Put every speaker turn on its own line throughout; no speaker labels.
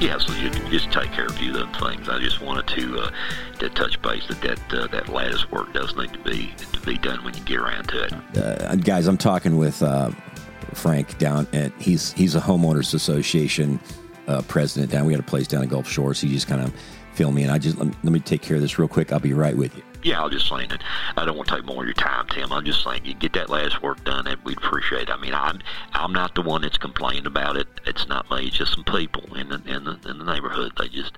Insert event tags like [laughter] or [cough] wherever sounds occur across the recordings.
Yeah, so you can just take care of a few of them things. I just wanted to uh, to touch base that that, uh, that lattice work does need to be to be done when you get around to it.
Uh, guys, I'm talking with uh, Frank down at he's he's a homeowners association uh, president down. We got a place down in Gulf Shores. He just kind of filled me in. I just let me, let me take care of this real quick. I'll be right with you.
Yeah, I was just saying that I don't want to take more of your time, Tim. I'm just saying you get that last work done, and we'd appreciate. It. I mean, I'm I'm not the one that's complaining about it. It's not me. It's just some people in the in the, in the neighborhood. They just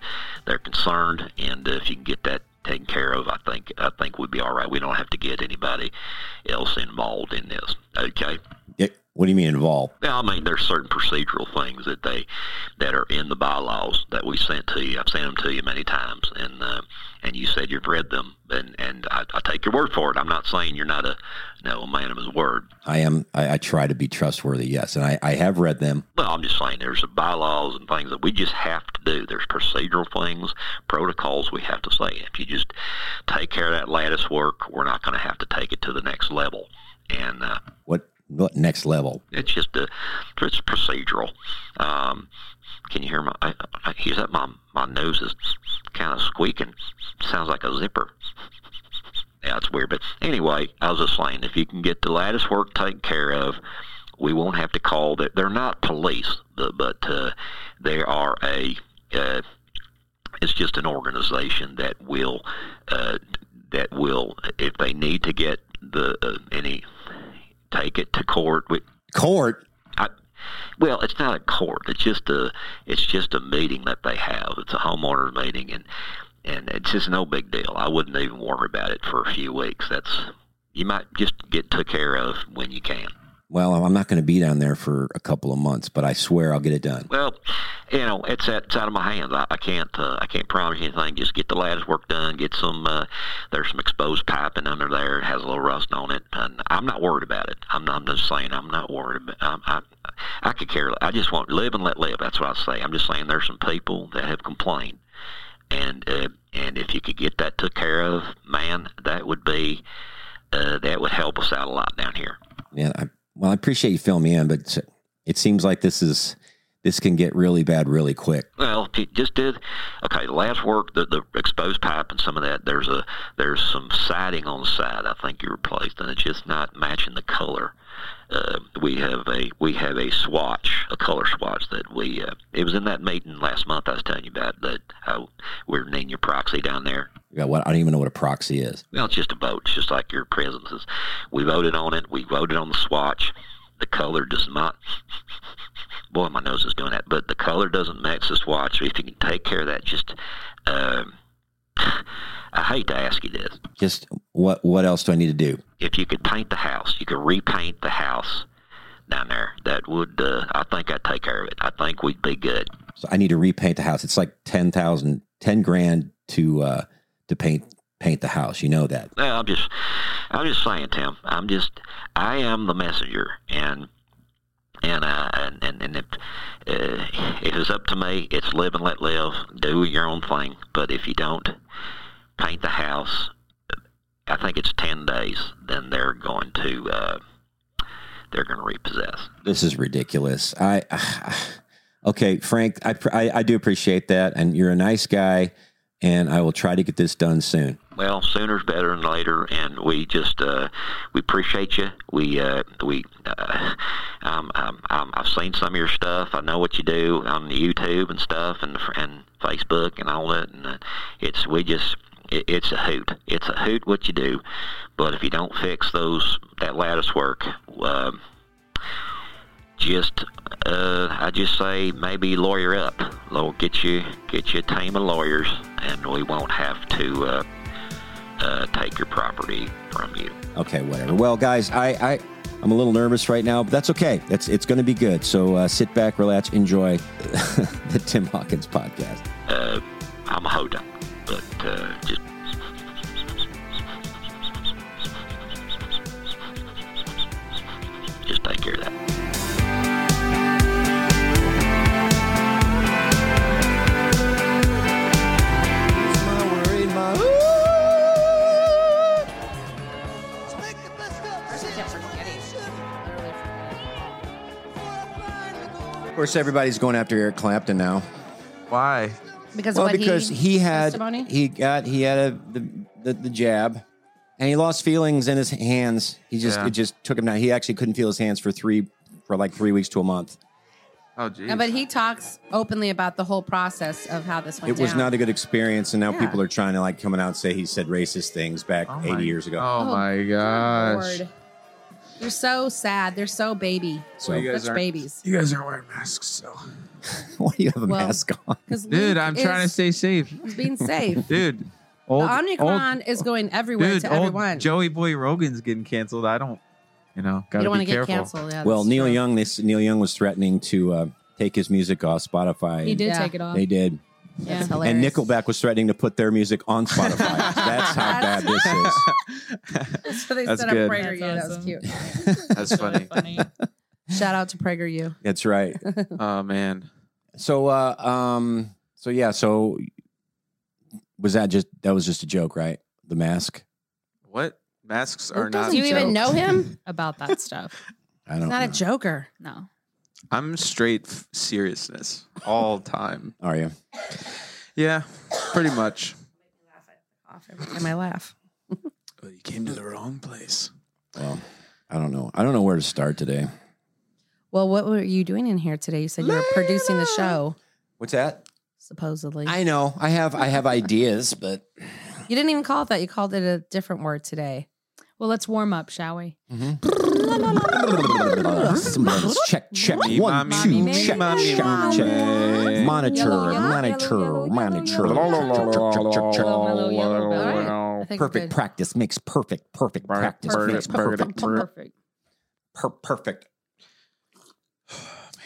they're concerned, and uh, if you can get that taken care of, I think I think we'd be all right. We don't have to get anybody else involved in this. Okay.
Yeah, What do you mean involved?
Now, I mean, there's certain procedural things that they that are in the bylaws that we sent to you. I've sent them to you many times, and uh, and you said you've read them, and and I, I take your word for it. I'm not saying you're not a no a man of his word.
I am. I, I try to be trustworthy. Yes, and I, I have read them.
Well, I'm just saying there's bylaws and things that we just have to do. There's procedural things, protocols we have to say. If you just take care of that lattice work, we're not going to have to take it to the next level. And uh,
What what next level?
it's just a, it's procedural. Um, can you hear my? I, I, here's that my my nose is kind of squeaking. Sounds like a zipper. Yeah, it's weird. But anyway, I was just saying, if you can get the lattice work taken care of, we won't have to call. The, they're not police, but, but uh, they are a. Uh, it's just an organization that will uh, that will if they need to get the uh, any take it to court. We,
Court.
I, well, it's not a court. It's just a it's just a meeting that they have. It's a homeowner meeting, and and it's just no big deal. I wouldn't even worry about it for a few weeks. That's you might just get took care of when you can.
Well, I'm not going to be down there for a couple of months, but I swear I'll get it done.
Well, you know, it's out- it's out of my hands. I, I can't uh, I can't promise you anything. Just get the lattice work done. Get some uh, there's some exposed piping under there. It has a little rust on it, and I'm not worried about it. I'm, I'm just saying I'm not worried. About, I'm, I I could care. I just want live and let live. That's what I say. I'm just saying there's some people that have complained, and uh, and if you could get that took care of, man, that would be uh, that would help us out a lot down here.
Yeah. I, well, I appreciate you filling me in, but it seems like this is this can get really bad really quick.
Well, if you just did okay. The last work, the, the exposed pipe and some of that. There's a there's some siding on the side. I think you replaced, and it's just not matching the color. Uh, we have a we have a swatch, a color swatch that we. Uh, it was in that meeting last month I was telling you about that how we're needing your proxy down there.
Yeah, what I don't even know what a proxy is.
Well, it's just a vote, it's just like your presences. We voted on it. We voted on the swatch. The color does not. Boy, my nose is doing that, but the color doesn't match the swatch. So if you can take care of that, just. Um, [sighs] I hate to ask you this.
Just what what else do I need to do?
If you could paint the house, you could repaint the house down there. That would, uh, I think I'd take care of it. I think we'd be good.
So I need to repaint the house. It's like 10,000 10 grand to uh to paint paint the house. You know that.
Well, I'm just, I'm just saying, Tim. I'm just, I am the messenger, and and uh, and and, and if, uh, it is up to me. It's live and let live. Do your own thing. But if you don't paint the house, I think it's ten days. Then they're going to, uh, they're going to repossess.
This is ridiculous. I [sighs] Okay, Frank, I, pr- I I do appreciate that and you're a nice guy and I will try to get this done soon.
Well, sooner's better than later, and we just uh, we appreciate you. We uh, we uh, um, um, um, I've seen some of your stuff. I know what you do on YouTube and stuff, and and Facebook and all that. And uh, it's we just it, it's a hoot. It's a hoot what you do. But if you don't fix those that lattice work, um just uh, I just say maybe lawyer up. Lord, get you get you a team of lawyers, and we won't have to. Uh, uh, take your property from you.
Okay, whatever. Well, guys, I, I I'm a little nervous right now, but that's okay. That's it's going to be good. So uh, sit back, relax, enjoy [laughs] the Tim Hawkins podcast.
Uh, I'm a hoda, but uh, just just take care of that.
Of course, everybody's going after Eric Clapton now.
Why?
Because
Well,
what
because he, had
testimony?
he got he had a the, the the jab, and he lost feelings in his hands. He just
Yeah.
it just took him down. He actually couldn't feel his hands for three for like three weeks to a month.
Oh, geez.
No, but he talks openly about the whole process of how this went.
it was
down.
not a good experience, and now
Yeah.
people are trying to like coming out and say he said racist things back
Oh
eighty
my-
years ago.
Oh,
Oh,
my
dear
gosh.
Lord. They're so sad. They're so baby.
So
you guys
Such
aren't-
babies.
You guys aren't wearing masks, so.
[laughs] why do you have a
Well-
mask on?
Because
Dude, I'm trying to stay safe.
being
[laughs]
safe.
Dude, old,
the Omicron
old-
is going everywhere
dude,
to
old [laughs]
everyone.
Joey Boy Rogan's getting canceled. I don't, you know,
you
gotta
don't want
be
to get
careful.
canceled. Yeah,
Well,
that's
Neil
true.
Young this Neil Young was threatening to uh, take his music off Spotify.
He did
Yeah.
take it off.
They did.
That's
Yeah.
hilarious.
And Nickelback was threatening to put their music on Spotify.
[laughs]
That's how bad this is.
so they
That's
set up
good.
Prager U.
That's
That was
awesome.
That's
cute.
funny.
Shout out to Prager U.
That's
[laughs]
right.
oh, man.
So uh um so yeah, so was that just that was just a joke, right? The mask?
What? Masks
Luke
are not.
Do you even
jokes.
know [laughs] him?
about that stuff.
[laughs] I don't
He's not a
know.
joker.
No.
[laughs] I'm straight f- seriousness all time.
[laughs] Are you?
Yeah, pretty much.
Am I laugh?
Well, you came to the wrong place.
Well, I don't know. I don't know where to start today.
Well, what were you doing in here today? You said you were producing the show,
What's that?
supposedly.
I know. I have I have ideas, but
[laughs]
you didn't even call it that. You called it a different word today.
Well, let's warm up, shall we?
check check
Me,
one
mommy,
two
me,
check
mommy,
check
mommy.
check monitor
Yellow, yellow,
monitor
yellow, yellow,
monitor
yellow,
Check, check, check, check.
Hello, hello, yellow bell.
I think we're
perfect
good.
practice makes perfect perfect
Perfect,
practice makes
perfect,
perfect
perfect.
Perfect.
per- perfect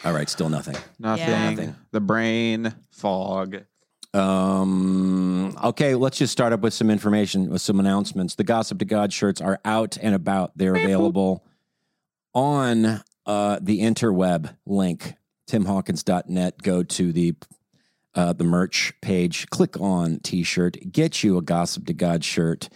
all right still nothing
Nothing.
Nothing.
The brain fog.
Um, okay, let's just start up with some information, with some announcements. The Gossip to God shirts are out and about. They're available on uh, the interweb link, timhawkins.net. Go to the uh, the merch page, click on t shirt, get you a Gossip to God shirt.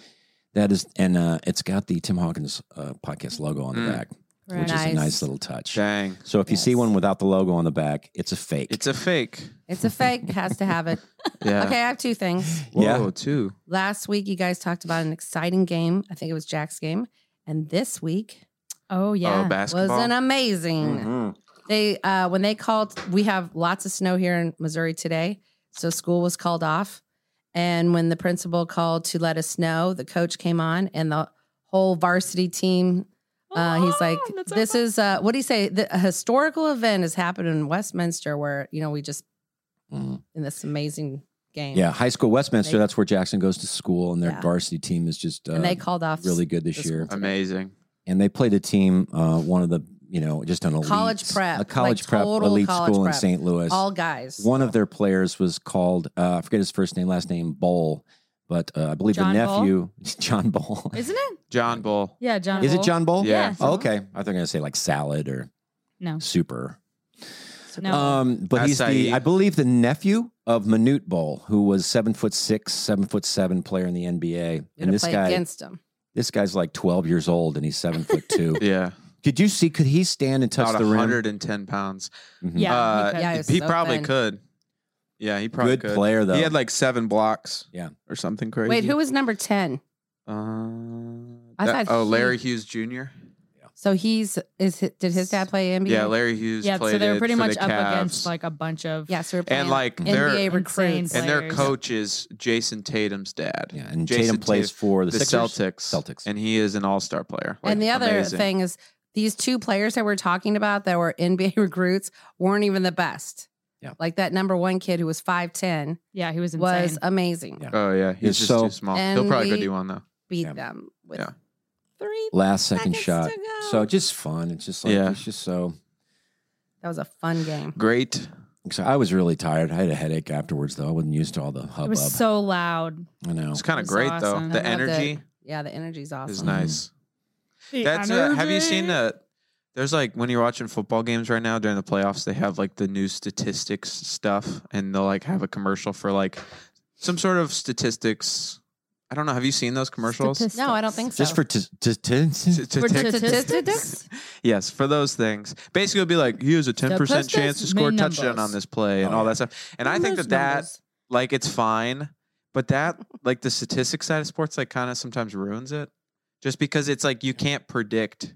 That is, and uh, it's got the Tim Hawkins uh, podcast logo on the
Mm.
back,
Right.
which is a
Nice.
nice little touch.
Dang.
So if you see
Yes.
one without the logo on the back, it's a fake.
It's a fake.
It's a fake. Has to have it.
Yeah.
Okay, I have two things.
Yeah.
Whoa, two.
Last week, you guys talked about an exciting game. I think it was Jack's game. And this week
Oh yeah.
Oh,
was
basketball. Mm-hmm.
an amazing.
Mm-hmm.
Mhm.
They uh, when they called, we have lots of snow here in Missouri today, so school was called off. And when the principal called to let us know, the coach came on, and the whole varsity team. Uh, he's like, "This is uh, what do you say? The, a historical event has happened in Westminster, where you know we just
Mhm.
in this amazing game.
Yeah, high school Westminster.
They-
that's where Jackson goes to school, and their
Yeah.
varsity team is just uh,
and they called off
really good this
the
year.
school.
amazing.
And they played a team, uh, one of the you know just an elite
College prep,
a college
like
prep
total
elite
college
school
prep.
in St. Louis.
all guys.
one of their players was called uh, I forget his first name, last name Bowl, but uh, I believe
John
the
Bull?
nephew [laughs] John Bowl.
Isn't it?
John Bull.
Yeah, John.
Is it
Bull.
John Bull?
Yeah.
Oh, okay, I thought they were gonna say like salad or
No.
super.
No.
Um, but he's the,
Acai.
I believe, the nephew of Manute Bowl, who was seven foot six, seven foot seven player in the NBA.
Gonna play against them.
This guy's like 12 years old and he's seven foot two.
[laughs] Yeah.
Could you see? Could he stand and touch
About
the rim?
110 pounds.
Mhm.
Yeah.
Uh,
he could.
Yeah, he was
He
so
probably
thin.
could. Yeah, he probably
Good
could.
player though.
He had like seven blocks.
Yeah.
Or something crazy.
Wait, who was number ten?
Uh,
I
that-
thought
oh,
he-
Larry Hughes Jr.
So he's is hi- did his dad play NBA?
Yeah, Larry Hughes.
yeah.
played
So they were
it
pretty
for
much
the
up
Cavs.
against like a bunch of
yeah. So we're playing
and like
Mm-hmm.
their
NBA
Insane
recruits.
and their
players.
coach is Jason Tatum's dad.
yeah, and
Jason
Tatum plays
Tatum-
for
the,
the, Sixers.
Celtics.
Celtics.
and he is an all-star player. Like,
and the other
amazing.
thing is these two players that we're talking about that were NBA [laughs] recruits weren't even the best.
Yeah.
Like that number one kid who was five ten
Yeah, he was insane.
was amazing.
Yeah.
Oh yeah, he's
It's
just
so-
too small. He'll
And
probably go
we-
do one though.
Beat
Yeah.
them with
Yeah.
three
Last second
seconds
shot.
to go.
So just fun. It's just like
Yeah.
it's just so.
that was a fun game.
Great.
So I was really tired. I had a headache afterwards though. I wasn't used to all the
It
hubbub.
was so loud.
I know.
It's kind of
It's
great
awesome.
though. The
I love that.
energy
Yeah, the energy's awesome.
is nice. That's uh, have you seen the? There's like when you're watching football games right now during the playoffs, they have like the new statistics stuff, and they'll like have a commercial for like some sort of statistics. I don't know. Have you seen those commercials?
Statistics.
No, I don't think so.
Just for t- t- t-
To- to
For
take-
statistics?
Yes, for those things. Basically, it'll be like, here's a 10% chance to
Statistics,
score a
main
touchdown
numbers.
on this play and
Oh,
all
yeah.
that stuff. And I think
Those
that that,
numbers.
like, it's fine. But
[laughs]
that, like, the statistics side of sports, like, kind of sometimes ruins it just because it's like you can't predict.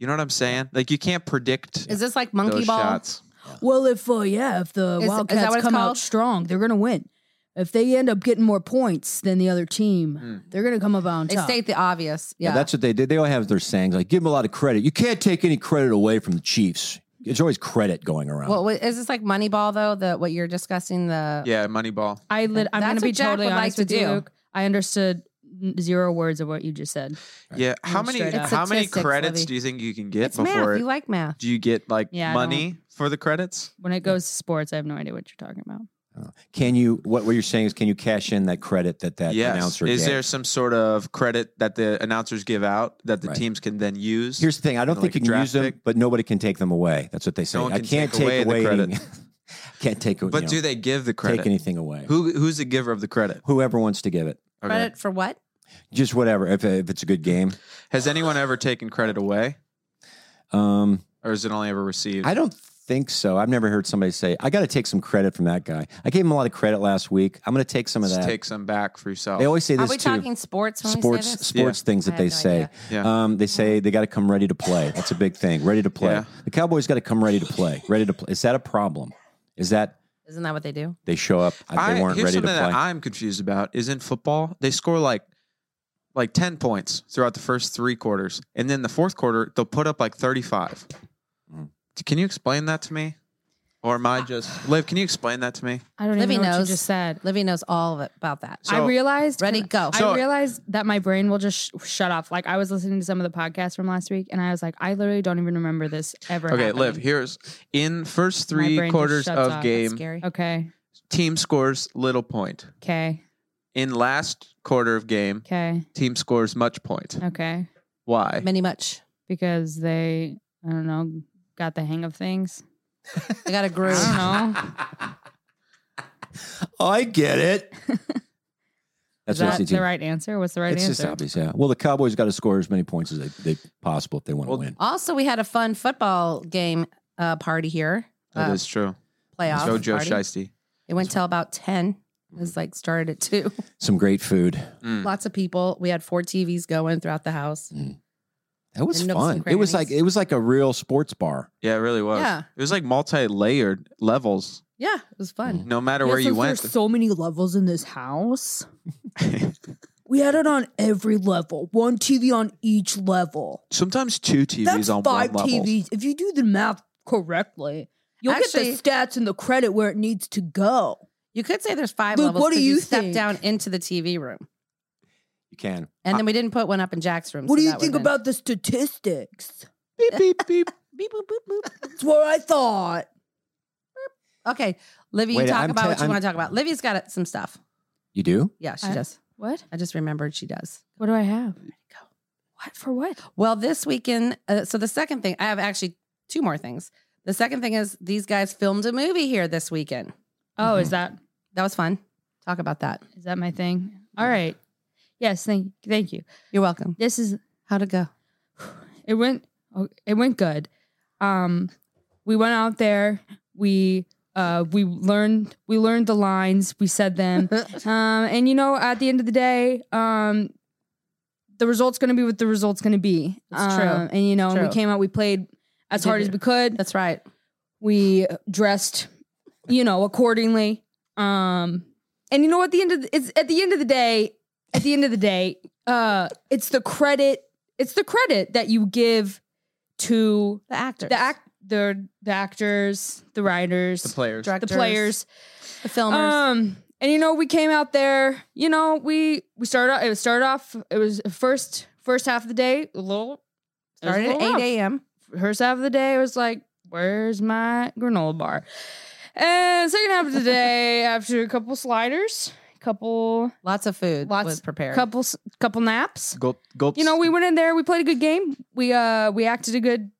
You know what I'm saying? Like, you can't predict
is this like
those
monkey ball?
shots.
Well, if uh, yeah, if the
Is- is that
Wildcats
what it's
come
called?
out strong, they're gonna win. If they end up getting more points than the other team,
Mm.
they're gonna come up on
They
top.
state the obvious. Yeah,
Yeah, that's what they did. They all have their sayings like, give them a lot of credit. You can't take any credit away from the Chiefs. There's always credit going around.
Well, wait, is this like Moneyball though? The what you're discussing the
Yeah, Moneyball.
I lit, I'm
That's
gonna
what
be
Jack
totally
would like
honest
to
with you,
do.
Luke. I understood n- zero words of what you just said.
Yeah. How
Mm,
many
straight up.
how many
Statistics,
credits
Libby.
do you think you can get
it's
before
math.
it?
You like math?
do you get like
Yeah, I don't-
money for the credits?
When it goes to sports, I have no idea what you're talking about.
can you, what, what you're saying is, can you cash in that credit that that
yes.
announcer
Is
gave?
there some sort of credit that the announcers give out that the
Right.
teams can then use?
Here's the thing. I don't
Like a
think you can
draft
use them,
pick?
but nobody can take them away. That's what they say.
one
I
can
can't
take away
take
the
away,
credit.
any, [laughs] can't take,
but
you
do
know,
they give the
take
credit?
anything away.
Who who's the giver of the credit?
Whoever wants to give it,
Okay.
Credit for what?
just whatever. If, if it's a good game,
Has anyone ever taken credit away,
um,
or is it only ever received?
I don't think so. I've never heard somebody say, "I got to take some credit from that guy." I gave him a lot of credit last week. I'm going to take some of
Just
that.
take some back for yourself.
they always say
Are
this
we
too.
talking sports? When
sports
we say this?
sports things
I
that
had
they
no
say.
idea.
Yeah.
Um, they say they got to come ready to play. That's a big thing. Ready to play.
Yeah.
The Cowboys got to come ready to play. Ready to play. Is that a problem? Is that
Isn't that what they do?
they show up?
I-
they weren't
here's
ready to
something
play.
that I'm confused about is in football they score like like ten points throughout the first three quarters, and then the fourth quarter they'll put up like thirty five.
Mm.
Can you explain that to me, or am I just Liv? Can you explain that to me?
I don't
Livy
even know what you
knows.
just said.
Livy knows all of it about that.
So-
I realized
Ready, go.
I
So-
realized that my brain will just sh- shut off. Like I was listening to some of the podcasts from last week, and I was like, I literally don't even remember this ever.
Okay,
happening.
Liv. Here's in first
My brain
three
just
quarters
shuts
of
off.
game,
Scary.
Okay,
team scores little point.
okay,
In last quarter of game,
okay,
team scores much point.
okay.
Why?
Many much.
Because they, I don't know, got the hang of things.
I got a
I
groove.
don't know.
[laughs]
I get it.
Is
That's
that
what
the right answer? What's the right
It's just
answer?
obvious, yeah. Well, the Cowboys got to score as many points as they, they possible if they want to
Well,
win.
Also, we had a fun football game uh, party here.
That
Uh,
is true.
playoff.
Joe Joe
party.
Shiesty.
It went till about ten. It
Mm.
was like started at two.
Some great food.
Mm.
Lots of people. We had four TVs going throughout the house.
Mm. That was
And nooks and
fun. It was like
crannies.
it was like a real sports bar.
Yeah, it really was.
Yeah.
It was like multi-layered levels.
Yeah, it was fun.
No matter where you went,
There's so many levels in
[laughs]
this house. we had it on every level, one TV on each level.
sometimes two TVs
That's
on
five
one level.
TVs. If you do the math correctly, you'll
Actually-
get the stats and the credit where it needs to go.
You could say there's five
Luke,
levels.
what do
'cause
you
step
think?
down into the TV room,
You can.
and then we didn't put one up in Jack's room. so
What do you
that would've
think
been-
about the statistics?
Beep beep beep.
[laughs] Beep, boop, boop, boop.
That's what I thought.
Okay, Livy, you
Wait,
talk
I'm
about
te-
what you
I'm-
want to talk about. Livy's got it- some stuff.
You do?
Yeah, she
I-
does.
What?
I just remembered she does.
What do I have? What for what?
Well, this weekend, uh, so the second thing, I have actually two more things. The second thing is these guys filmed a movie here this weekend.
Oh, is
Mm-hmm.
that
That was fun. Talk about that.
is that my thing? All right. Yes, thank thank you.
You're welcome.
This is
How'd it go?
it went oh, it went good. Um we went out there, we uh we learned we learned the lines, we said them.
[laughs]
Um, and you know, at the end of the day, um, the result's going to be what the result's going to be.
That's true.
Um, And you know, and we
True.
came out, we played as
We
hard
did
as
it.
we could.
That's right.
We dressed, you know, accordingly. Um, and you know, at the end of the, it's at the end of the day, at the end of the day, uh, it's the credit, it's the credit that you give to
The actors,
the act, the, the actors, the writers,
The players.
the
directors,
players,
the filmers.
um, and you know, we came out there. You know, we we started. off- It was started off. It was first first half of the day. A little it was
started
a
at
little rough.
eight a.m.
First half of the day, it was like, "Where's my granola bar?" And second half of
[laughs]
the day, after a couple sliders, couple
Lots of food
Lots-
was prepared.
couple s- couple naps.
Gulp, gulps.
You know, we went in there. We played a good game. We uh we acted a good.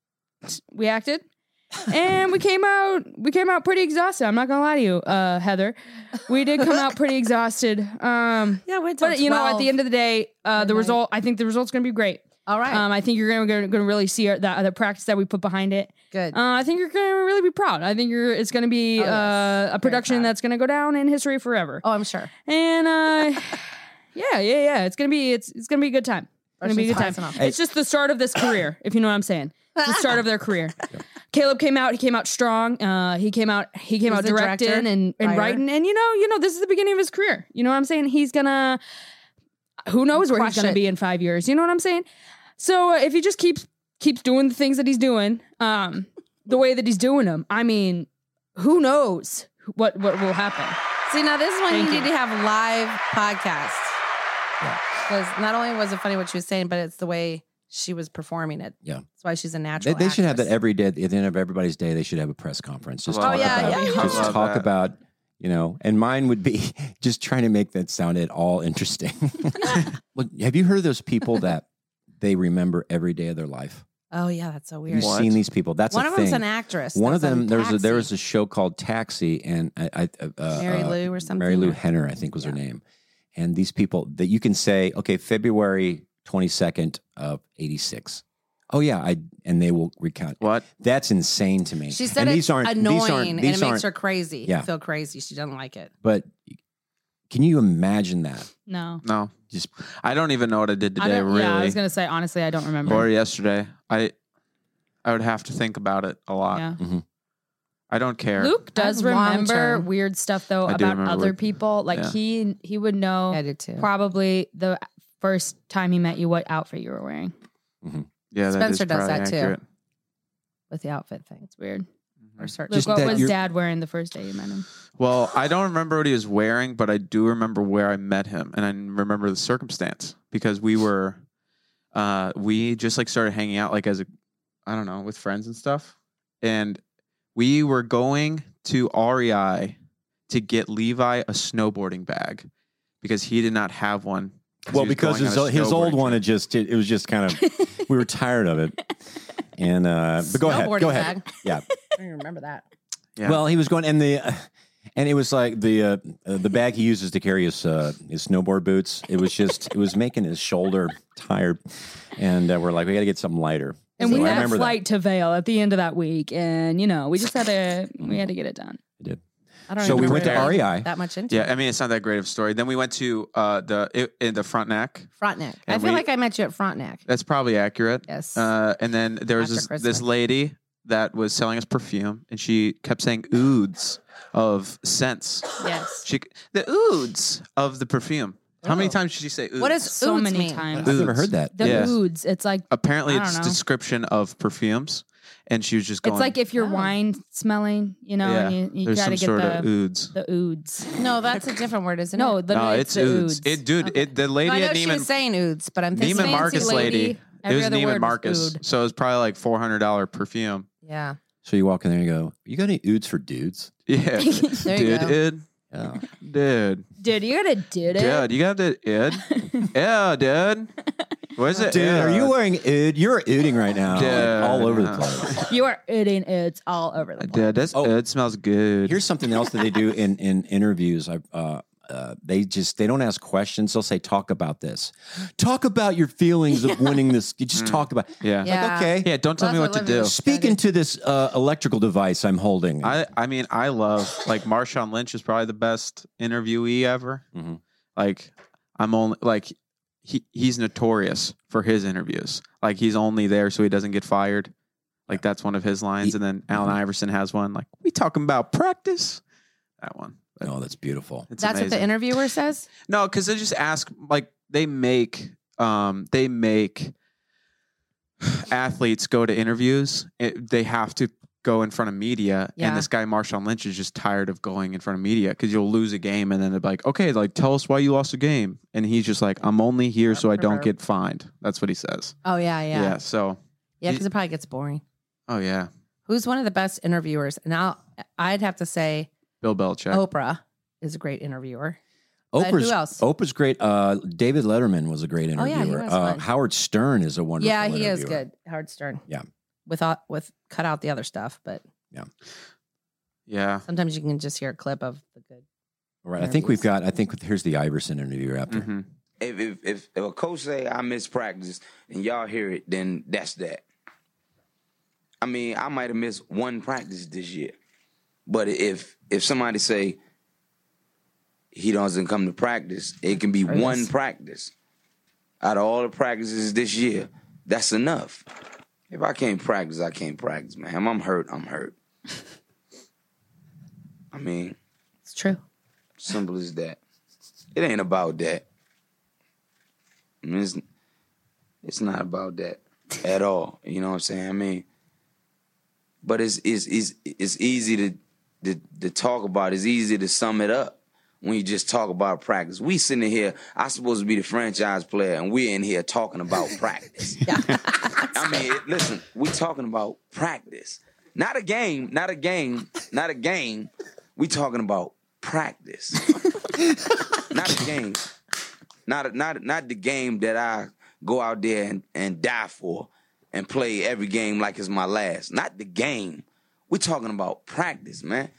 We acted, and we came out we came out pretty exhausted. I'm not gonna lie to you, uh, Heather. We did come out pretty exhausted. Um,
Yeah, wait till
but you know, at the end of the day, uh, the
Midnight.
result. I think the result's gonna be great.
all right,
Um, I think you're gonna gonna, gonna really see our, the the practice that we put behind it.
good.
Uh, I think you're gonna really be proud. I think you're it's gonna be
Oh, yes.
uh, a
Very
production
proud.
that's gonna go down in history forever.
oh, I'm sure. [laughs]
And uh, yeah, yeah, yeah. It's gonna be it's it's gonna be a good time. It's gonna be a good
Russians
time.
passing off.
It's just the start of this career, if you know what I'm saying. It's the start of
[laughs]
their career. Caleb came out. He came out strong. Uh, he came out. He came
He's
out
the director,
directing and, and
writer.
writing. And you know, you know, this is the beginning of his career. You know what I'm saying? He's gonna. Who knows where
Crush
he's gonna
it.
be in five years? You know what I'm saying? So uh, if he just keeps keeps doing the things that he's doing, um, the way that he's doing them, I mean, who knows what what will happen?
See, now this is when
Thank
you
you.
need to have live podcasts. Because not only was it funny what she was saying, but it's the way she was performing it.
Yeah.
That's why she's a
They,
natural.
they should have that
actress.
every day. At the end of everybody's day, they should have a press conference. Just
Oh,
talk
yeah,
about,
yeah, yeah.
just
I
love
talk
that.
about, you know. And mine would be [laughs] just trying to make that sound at all
[laughs]
interesting. [laughs] Well, have you heard of those people that they remember every day of their life?
Oh yeah, that's so
Have
weird.
you seen these people? That's
One
a
of
thing.
them's an actress.
One of
that's
them,
on
there's a, there was
Taxi.
a show called Taxi, and I, I uh, uh,
Mary
uh,
Lou or something.
Mary Lou
or-
Henner, I think was her
Yeah.
name. And these people that you can say, okay, February 22nd of 86. Oh yeah, I and they will recount.
What?
That's insane to me.
She said
and
it's
these aren't
annoying
these aren't
and
these
it makes
aren't
her crazy.
Yeah.
Feel crazy. She doesn't like it.
but can you imagine that?
No.
No.
Just
I don't even know what I did
I
today,
don't,
really.
Yeah, I was gonna say honestly, I don't remember.
or yesterday. I I would have to think about it a lot.
Yeah.
Mhm.
I don't care.
Luke
I have
does
long
remember
term.
weird stuff though
I do
about
remember
other
weird-
people. Like
yeah.
he he would know
I did too.
probably the first time he met you what outfit you were wearing.
Yeah, that is
Spencer does
probably
that too.
accurate.
With the outfit thing.
It's weird.
Mhm.
Or search.
Luke,
Just
what
that
was
you're-
dad wearing the first day you met him?
Well, I don't remember what he was wearing, but I do remember where I met him, and I remember the circumstance because we were, uh, we just like started hanging out like as a, I don't know, with friends and stuff, and we were going to REI to get Levi a snowboarding bag because he did not have one.
well,
he was
because
going
his,
on a
his old
snowboarding
one
trip.
had just it, it was just kind
[laughs]
of we were tired of it. And uh but go ahead,
Snowboarding
go ahead.
bag. [laughs]
Yeah.
I don't even remember that.
[laughs] Yeah.
Well, he was going, and the, and it was like the uh, uh, the bag he uses to carry his uh, his snowboard boots. It was just, it was making his shoulder tired, and uh, we're like, we got to get something lighter.
And
So
we
I
had a
remember that.
flight to Vale at the end of that week, and you know we just had to we had to get it done.
I don't
So
even
we went to E
remember
REI.
That much into
yeah,
it.
E I mean it's not that great of a story. Then we went to uh, the i- in the Frontenac.
Frontenac. I
And
feel
we-
like I met you at Frontenac.
That's probably accurate.
Yes.
Uh, and then there was
After
this,
Christmas.
this lady that was selling us perfume, and she kept saying "oods" of scents.
yes.
She c- the oods of the perfume. How many
Oh.
times did she say oods?
What does
So
oods
many
mean?
I've
times.
never heard that.
The
Yeah.
moods. It's like
Apparently,
I don't
it's
know.
description of perfumes, and she was just going.
it's like if you're
Oh.
wine smelling, you know, and you, you
there's
gotta
some sort
get
of
the
oods.
the oods.
No, that's a different word, isn't
No,
it?
literally
no, it's oods.
the
It, dude, it, the
No,
lady
I know
at
she was
Neiman,
saying oods, but I'm thinking
Neiman
fancy
Marcus
lady.
lady. It
Every
was
other word
Neiman
was
Marcus,
ood.
so it was probably like four hundred dollar perfume.
Yeah.
So you walk in there and you go, you got any oods for dudes?
[laughs] Yeah,
There you
dude,
go.
id,
Yeah.
[laughs]
dude,
[laughs] Dude, you gotta did it.
dude, you got the
[laughs]
id. Yeah, dude. What is it?
Dude, are you
Yeah.
wearing ood? You're ooding right now, like,
Dude.
all over the place.
You are eating it's all over the place.
Dude, that's
Oh.
it smells good.
Here's something else that they do in
[laughs]
in interviews. I. Uh, uh, they just they don't ask questions. They'll say, "Talk about this. Talk about your feelings of winning
[laughs]
this. You just
Mm.
talk about.
yeah. yeah.
Yeah.
Okay,
don't tell
That's
me
what
what to
Olivia
do.
was
Speaking to this uh, electrical device I'm holding,
I, I mean, I love like Marshawn Lynch is probably the best interviewee ever.
Mhm.
Like, I'm only like he he's notorious for his interviews. Like he's only there so he doesn't get fired. Like that's one of his lines.
He-
and then Allen
Mhm.
Iverson has one. Like we talking about practice. That one. But
oh, that's beautiful.
it's
That's what the
amazing.
interviewer says?
No, because they just ask like they make um they make athletes go to interviews. It, they have to go in front of media,
Yeah.
and this guy Marshawn Lynch is just tired of going in front of media because you'll lose a game, and then they're like, "Okay, like tell us why you lost the game," and he's just like, "I'm only here so I don't get fined." That's what he says.
Oh, yeah, yeah.
Yeah. So.
Yeah, because it probably gets boring.
Oh yeah,
Who's one of the best interviewers? And I'll, I'd have to say
Bill Belichick.
Oprah is a great interviewer. But uh, who
Oprah's
else?
Oprah's great. Uh, David Letterman was a great
Oh, yeah, he
interviewer.
was
uh,
fun.
Howard Stern is a wonderful.
yeah, he is
interviewer.
good. Howard Stern.
Yeah.
without with cut out the other stuff, but
Yeah.
sometimes you can just hear a clip of the good.
All right. I think we've
Interviews.
got. I think here's the Iverson interview after. [laughs]
hmm
If if if, if a coach say I miss practice and y'all hear it, then that's that. I mean, I might have missed one practice this year, but if if somebody say he doesn't come to practice, it can be one practice out of all the practices this year. That's enough. If I can't practice, I can't practice, man. If I'm hurt. I'm hurt. I mean,
It's [laughs] true.
simple as that. It ain't about that. I mean, it's, it's not about that at all. You know what I'm saying? I mean, but it's it's it's, it's easy to, to to talk about. It's easy to sum it up when you just talk about practice. We sitting in here. I supposed to be the franchise player, and we're in here talking about practice. I mean, it- listen, we talking about practice, not a game, not a game, not a game. We talking about practice, not a game, not a, not not the game that I go out there and, and die for and play every game like it's my last. Not the game. We talking about practice, man.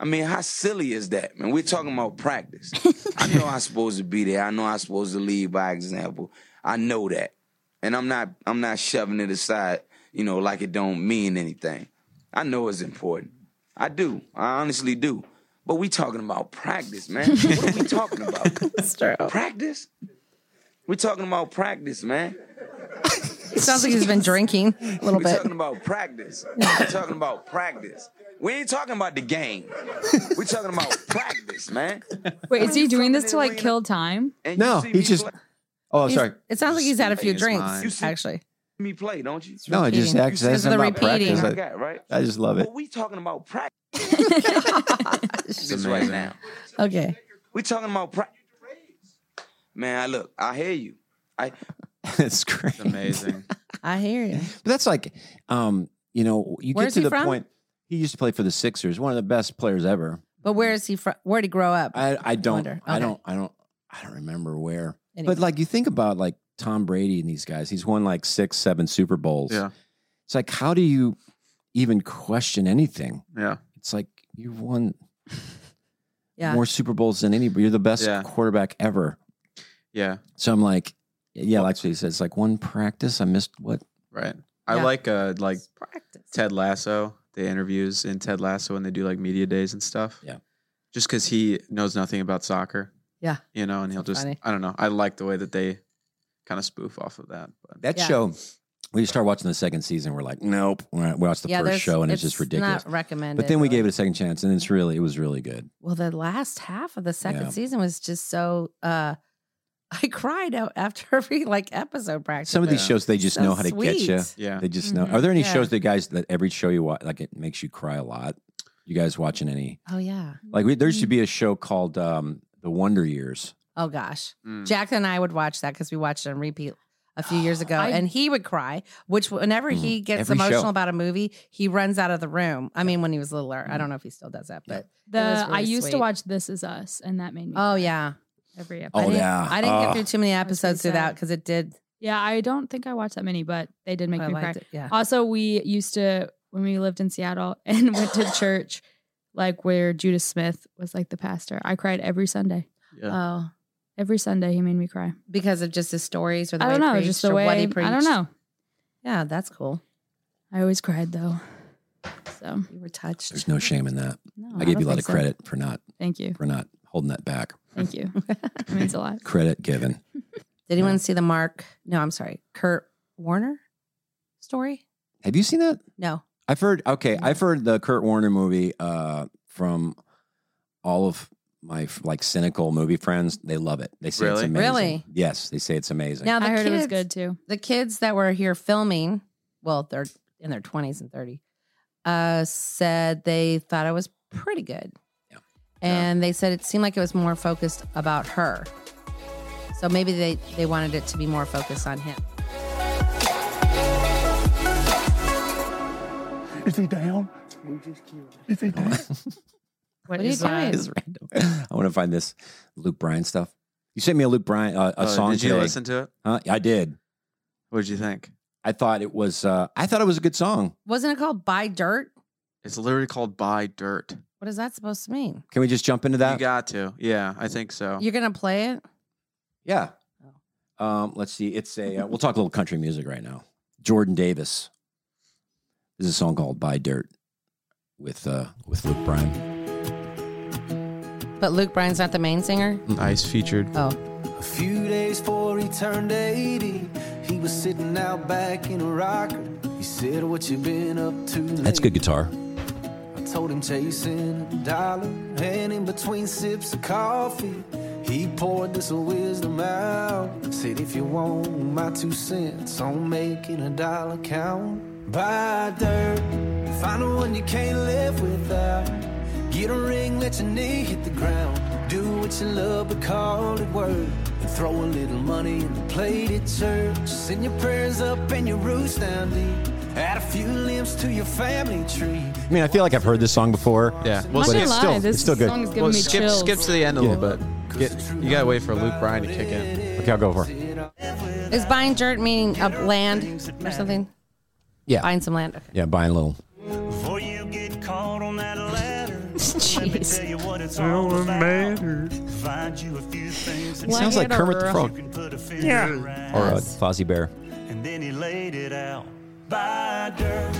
I mean, how silly is that, man? We're talking about practice. I know I'm supposed to be there. I know I'm supposed to lead by example. I know that and I'm not I'm not shoving it aside, you know, like it don't mean anything. I know it's important. I do. I honestly do. But we talking about practice, man. what are we talking
[laughs]
about? Practice? We talking about practice, man.
It sounds like he's been drinking a little
We
bit.
talking about practice. We talking about practice. We ain't talking about the game. We talking about practice, man.
Wait, is he doing this to like kill time?
And
No,
you see
he
me
just.
play,
Oh,
He's-
sorry.
It sounds like he's had a few
his mind.
You
drinks,
see-
actually.
me play, don't you?
No, I just
repeating.
actually
Because
that's
of the
not about
repeating.
practice.
I
I,
got right.
I just love it.
But we talking about
[laughs]
practice right
amazing.
now.
Okay.
We talking about pra- man. I look, I hear you.
[laughs]
I
That's great.
Amazing.
I hear you.
But that's like, um, you know, you
Where's
get
he
to the
from?
point. He used to play for the Sixers, one of the best players ever.
But where is he from? Where'd he grow up?
I, I don't,
wonder.
I
Okay.
don't, I don't, I don't remember where.
Anyway.
But like, you think about like Tom Brady and these guys. He's won like six, seven Super Bowls.
Yeah.
It's like, how do you even question anything?
Yeah.
It's like you've won
yeah.
more Super Bowls than any. You're the best
Yeah.
quarterback ever.
Yeah.
So I'm like, yeah, like what he says, like one practice. I missed what?
Right. I
Yeah.
like uh like
practice.
Ted Lasso, the interviews in Ted Lasso when they do like media days and stuff.
Yeah.
Just because he knows nothing about soccer.
Yeah.
You know, and he'll just,
funny.
I don't know. I like the way that they kind of spoof off of that. But
That
Yeah.
show. We start watching the second season. We're like, nope. We watched the
yeah,
first
there's-
show, and it's, just ridiculous.
Not recommended.
But then we
really.
gave it a second chance, and it's really, it was really good.
Well, the last half of the second
Yeah.
season was just so. uh [laughs] I cried out after every like episode. Practice.
Some of these
Yeah.
shows, they just
So
know how to get
sweet. Mm-hmm.
you.
yeah.
They just
Mhm.
know. Are there any
Yeah.
shows that guys that every show you watch, like it makes you cry a lot? You guys watching any?
Oh yeah. Mm.
Like we, there should be a show called um, The Wonder Years.
Oh gosh.
Mm.
Jack and I would watch that because we watched it on repeat a few years ago,
I-
and he would cry. Which whenever he gets
Mm-hmm. Every show.
emotional about a movie, he runs out of the room. I mean, when he was littler, I don't know if he still does that,
Mm-hmm. Yeah.
but
The
It was really
I used
sweet.
to watch This Is Us, and that made me.
oh
cry
yeah,
every
Oh,
episode.
I didn't,
yeah.
I didn't
Ah.
get through too many
was pretty
episodes through that
sad.
because it did.
Yeah, I don't think I watched that many, but they did make
Oh, I
me cry.
liked it. Yeah.
Also, we used to when we lived in Seattle [laughs] and went to church, like where Judas Smith was like the pastor. I cried every Sunday.
Yeah.
Oh,
Every Sunday, he made me cry.
because of just his stories or the
I
way
don't know,
he preached
just the
or
way
what
I
he preached.
don't know.
Yeah, that's cool.
I always cried though. So
You were touched.
There's no shame in that.
no,
I gave
don't
you a lot
think
of
so.
credit for not
Thank you,
for not holding that back. [laughs]
thank you. [laughs] it means a lot.
Credit given.
Did anyone see the Mark? No, I'm sorry, Kurt Warner story.
Have you seen that?
No,
I've heard. Okay, I've
Mm-hmm.
heard the Kurt Warner movie uh, from all of my like cynical movie friends. They love it. They say it's
Really?
amazing.
Really?
Yes, they say it's amazing.
now the
I heard
kids,
it was good too.
The kids that were here filming, well, they're in their 20s and 30, uh, said they thought it was pretty good,
Yeah.
and they said it seemed like it was more focused about her. So maybe they they wanted it to be more focused on him.
Is he down? Is
[laughs]
he down?
What are you
uh,
doing?
It's uh,
[laughs]
random. [laughs] I want to find this Luke Bryan stuff. You sent me a Luke Bryan uh, a
Oh,
song
Did you
today.
listen to it?
Huh? I did.
What did you think?
I thought it was. Uh, I thought it was a good song.
Wasn't it called Buy Dirt?
It's literally called Buy Dirt.
What is that supposed to mean?
Can we just jump into
you
that?
got to. Yeah, I think so.
You're gonna play it?
Oh. yeah. Um, let's see. It's a. Uh, we'll talk a little country music right now. Jordan Davis. This is a song called "By Dirt" with uh, with Luke Bryan.
But Luke Bryan's not the main singer.
Mm-hmm.
Ice featured.
Oh,
A few days before he turned 80, he was sitting out back in a rocker. He said, What you been up to?
That's good guitar.
I told him chasing a dollar, and in between sips of coffee, he poured this wisdom out. Said, if you want my two cents on making a dollar count, buy dirt, find the one you can't live without. Get a ring, let your knee hit the ground. Do what you love, but call it work. And throw a little money in the plate at church. Send your prayers up and your roots down deep. Add a few limbs to your family tree.
I mean, I feel like I've heard this song before.
Yeah.
I'm
Well,
not
skip,
gonna lie,
still-
this
it's still good.
song's giving
well
me
skip,
chills.
skip to the end a
Yeah.
little bit. Get, you gotta wait for Luke Bryan to kick in.
Okay, I'll go for. it.
is buying dirt meaning up land or something?
Yeah.
Buying some land. Okay.
Yeah, buying a little.
Before you get caught on that ladder, let me
Jeez.
tell you what it's all about. Find you a few things that
It sounds like Kermit the
you
Frog
can put a finger yeah. around.
or uh, Fozzie Bear.
And then he laid it out. Buy dirt.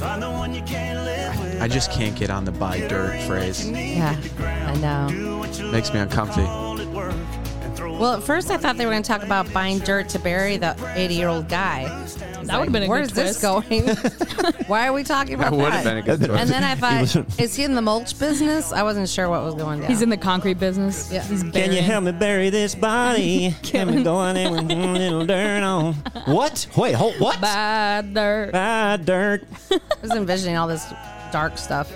Find the one you can't live with.
I just can't get on the buy dirt phrase.
Yeah, I know.
Do what you
Makes me uncomfy.
All at work and throw
Well, at first I thought they were going to talk about buying dirt to bury the 80 year old guy.
That would have been a
Where
good
is this
twist. [laughs]
going? Why are we talking about
That
that?
would have been a good story.
and then I
wasn't-
[laughs]
thought, is he in the mulch business? I wasn't sure what was going down.
He's in the concrete business.
Yeah.
He's
Can
burying.
me bury this body? Let me go on and a little dirt on.
What? Wait, hold. What?
Buy dirt.
Buy dirt.
[laughs] I was envisioning all this dark stuff,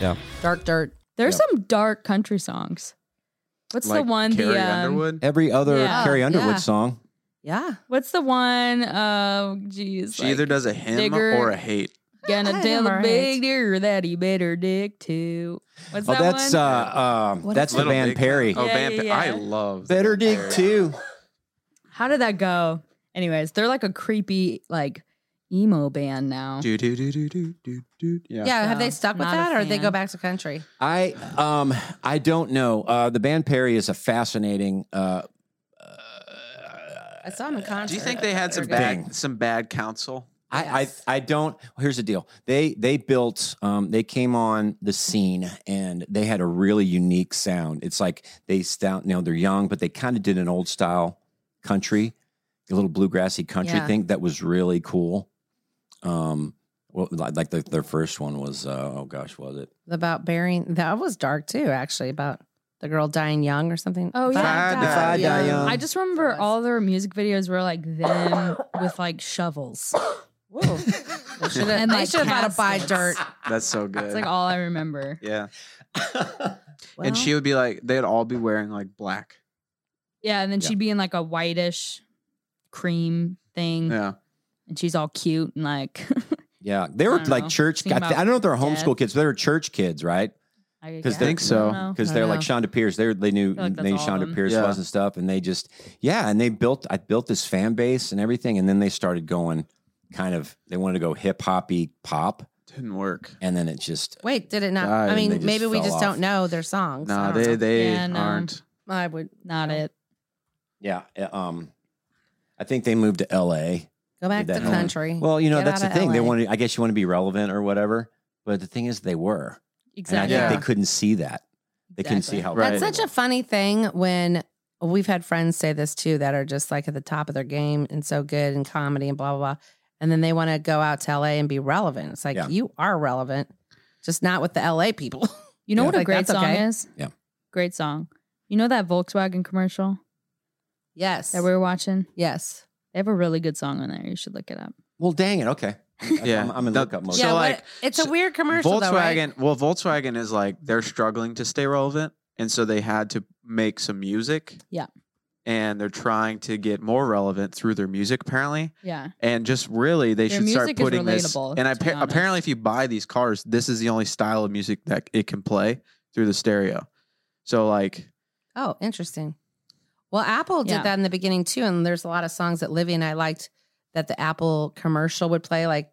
Yeah.
dark dirt.
There's some dark country songs. What's
Like
the one?
Carrie
the um,
Underwood.
Every other
Yeah.
Carrie Underwood
Yeah.
song.
Yeah.
What's the one? Uh, geez.
She
like,
either does a hymn
Digger.
or a hate.
gonna
I
tell
am
a
alright.
big deer that he better dick to. What's
Oh,
that
that's
one?
uh, um,
What
that's
is
the
it?
band
Big
Perry.
Oh,
Yeah,
Van
yeah,
Pe-
yeah.
I love
Better dig
Perry.
too.
How did that go? Anyways, they're like a creepy like emo band now.
Do, do, do, do, do, do, do. Yeah.
Yeah. have they
So,
stuck with
not a
that or did they go
fan.
back to country?
um, I um I don't know. Uh, the band Perry is a fascinating. Uh,
I saw him in concert.
Do you think they had some
They're good.
Bang.
bad some bad counsel?
I, I I don't. Here's the deal. They they built. Um, they came on the scene and they had a really unique sound. It's like they sound. You know, they're young, but they kind of did an old style country, a little bluegrassy country
Yeah.
thing that was really cool. Um, well, li- like the, their first one was. Uh, oh gosh, was it?
About burying, that was dark too, actually, about the girl dying young or something.
Oh,
If
yeah.
I die
If I die young.
I just remember all their music videos were like them with like shovels.
Whoa. [coughs] They
[laughs]
should have
And, like,
bought a buy
caskets.
dirt.
That's so good.
That's like all I remember.
yeah.
Well,
and she would be like, they'd all be wearing like black.
Yeah, and then
Yeah.
she'd be in like a whitish cream thing,
Yeah.
and she's all cute and like. [laughs]
Yeah, they
I
were
don't
like
know.
church. I,
Think
th- I don't know if they're homeschool
death.
kids. But they were church kids, right?
I
'Cause
guess.
they-
think
I
so.
don't know.
because
I
they're
don't
like Shonda Pierce. They they knew
feel like
they
that's
knew
all of
Shonda
them.
Pierce
Yeah.
was and stuff, and they just yeah, and they built I built this fan base and everything, and then they started going kind of they wanted to go hip hoppy pop,
Didn't work.
and then it just
Wait, did it not?
died
I
and
mean,
they just
maybe we
fell
just
off.
don't know their songs. I
No,
don't
they
know.
they
Yeah, no.
aren't.
I would
Not it.
yeah. uh, Um, I think they moved to L.A.
go back
Did
to
that no one-
country.
Well, you know
Get
that's the
out of
thing. They
LA.
wanted I guess you want to be relevant or whatever, but the thing is they were, and I
Exactly.
think
Yeah.
they couldn't see that. They couldn't see
Exactly.
how
Right.
That's such a funny thing when we've had friends say this too that are just like at the top of their game and so good in comedy and blah blah blah, and then they want to go out to LA and be relevant. It's like
Yeah.
you are relevant, just not with the LA people.
You know
Yeah.
what a
Like,
great
that's
song
okay.
is?
Yeah.
Great song. You know that Volkswagen commercial
yes,
that we were watching?
yes.
They have a really good song on there. You should look it up.
Well, dang it. Okay,
Yeah.
I'm, I'm in
The-
lookup mode.
So,
yeah,
like,
what, it's a weird commercial.
Volkswagen.
Though, right?
Well, Volkswagen is like they're struggling to stay relevant, and so they had to make some music.
Yeah.
And they're trying to get more relevant through their music, apparently.
Yeah.
And just really, they
Their
should start
music is
putting this.
relatable,
And
to
I,
be honest.
apparently, if you buy these cars, this is the only style of music that it can play through the stereo. So, like,
Oh, interesting. Well, Apple did
Yeah.
that in the beginning too, and there's a lot of songs that Livy and I liked that the Apple commercial would play. Like,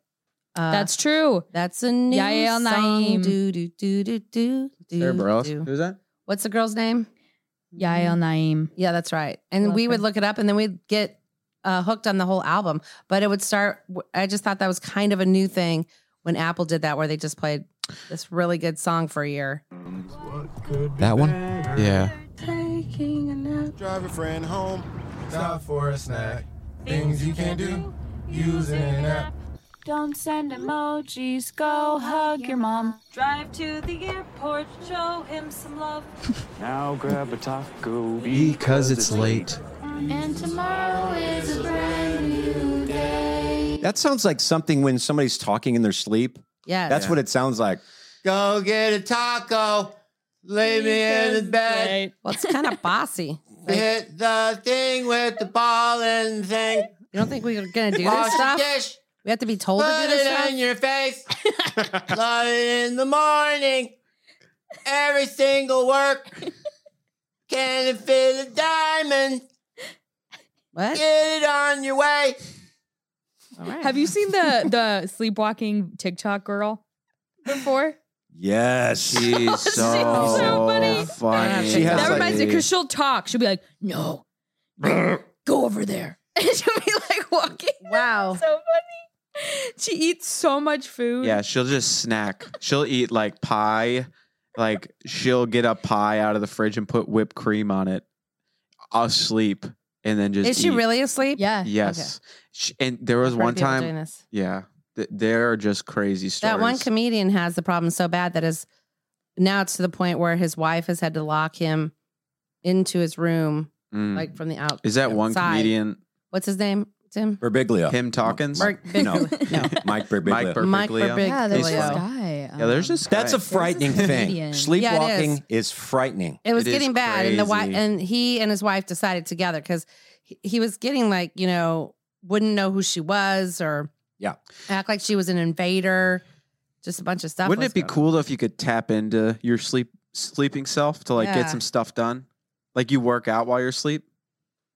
uh,
That's true.
that's a new
Yael
song.
Naim.
Do do do do do do.
Sarah Bareilles.
do.
Who's that?
What's the girl's name?
Yael Naim.
Yeah, that's right. And
Love
we would
her.
look it up, and then we'd get uh, hooked on the whole album. But it would start. I just thought that was kind of a new thing when Apple did that, where they just played this really good song for a year.
That one?
Yeah.
Drive a friend home, stop for a snack. Things you can do, using an app.
Don't send emojis. Go hug your mom. Drive to the airport. Show him some love.
Now grab a taco
Because it's late.
[laughs] And tomorrow is a brand new day.
That sounds like something when somebody's talking in their sleep.
Yeah,
That's what it sounds like. Go get a taco. Lay me in the bed.
well, it's kind of bossy.
[laughs] Hit the thing with the ball and thing.
You don't think we are gonna do this stuff?
dish.
We have to be told to do this stuff.
your face.
[laughs]
Love it in the morning. Every single work. Can it fit a diamond?
what?
Get it on your way.
All right.
Have you seen the the sleepwalking TikTok girl [laughs] before?
Yes. [laughs]
She's so,
so funny.
funny.
She has,
that
like-
reminds me because she'll talk. She'll be like, "No, [laughs] go over there," and she'll be like walking.
Wow.
so funny. She eats so much food.
Yeah, she'll just snack. She'll eat like pie. Like she'll get a pie out of the fridge and put whipped cream on it. Asleep and then just
Is she
eat.
really asleep?
yeah.
Yes. She, and there was
I've heard
one
people doing
time.
this.
Yeah. Th- there are just crazy stories.
That one comedian has the problem so bad that is now it's to the point where his wife has had to lock him into his room,
Mm.
like from the out.
Is that one
outside.
comedian?
What's his name? Tim.
Berbiglia.
Him Talkins?
Mark Big-
No.
no.
Mike
Mike
Berbiglia.
Berbiglio.
Mike Berbig-
Yeah, there's
He's
this
funny.
guy.
yeah, there's
um,
just
That's a
guys.
frightening
This is
thing.
comedian.
Sleepwalking
Yeah,
is. frightening.
It was
It is
getting bad, and the wife
crazy.
and he and his wife decided together because he, he was getting like you know wouldn't know who she was or
Yeah.
act like she was an invader, just a bunch of stuff.
Wouldn't
was
it be
going on.
cool though if you could tap into your sleep sleeping self to like
Yeah.
get some stuff done? Like you work out while you're asleep,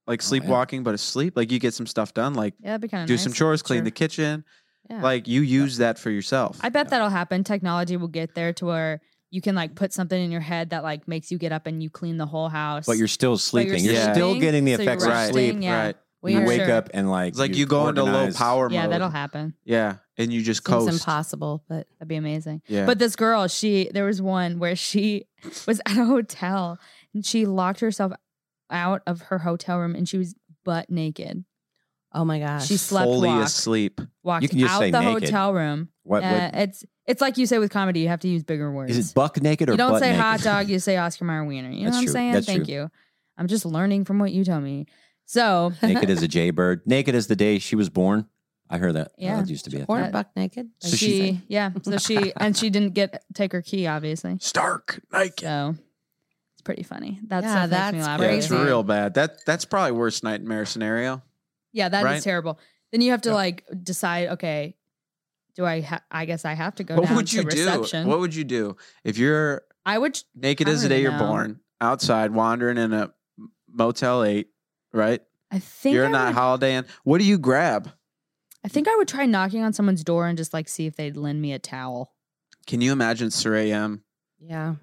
like
yeah.
sleepwalking, but asleep. Like you get some stuff done, like
Yeah, that'd be kind of
do some chores, clean the kitchen.
Yeah.
Like you use that for yourself.
I bet that'll happen. Technology will get there to where you can like put something in your head that like makes you get up and you clean the whole house.
But you're still sleeping. You're,
sleeping,
still getting the
so you're
effects
right,
of sleep.
resting, yeah.
right.
You
Weird.
wake
Sure.
up and like
It's like
you're
you go into low
organized.
power
yeah,
mode.
that'll happen.
Yeah, and you just
Seems
coast.
impossible, but
That'd be amazing.
Yeah,
But this girl, she there was one where she [laughs] was at a hotel and she locked herself out of her hotel room and she was butt naked.
oh my gosh,
She slept
fully
walk,
asleep.
walked
You can just
out
say
the
naked.
hotel room.
What,
Uh, it's it's like you say with comedy, you have to use bigger
what
words.
is it? Buck naked or
you don't
butt
say
naked?
hot dog, you say Oscar Mayer wiener. You know
That's
what I'm
true.
saying?
That's
Thank
true.
you. I'm just learning from what you tell me. So
[laughs]
[laughs]
naked as a jaybird. Naked as the day she was born. I heard that.
Yeah.
that used to be. A
or
thing.
buck naked.
So
she, yeah.
[laughs]
So she and she didn't get take her key, obviously.
Stark Nike.
So it's pretty funny. That's
Yeah,
yeah, that's
that's
me laugh
Yeah, it's
every day.
crazy.
real bad. That that's probably worst nightmare scenario.
Yeah, that is
Right?
terrible. Then you have to
Yeah.
like decide. Okay, do I? Ha- I guess I have to go
What
down
would you
to
do?
reception.
What would you do if you're
I would. ch-
naked
I
as the
don't
day
even
you're
know.
born, outside wandering in a Motel Eight, right?
I think
You're
I
not
would-
holidaying. What do you grab?
I think I would try knocking on someone's door and just like see if they'd lend me a towel.
Can you imagine it's 3 a.m.?
Yeah.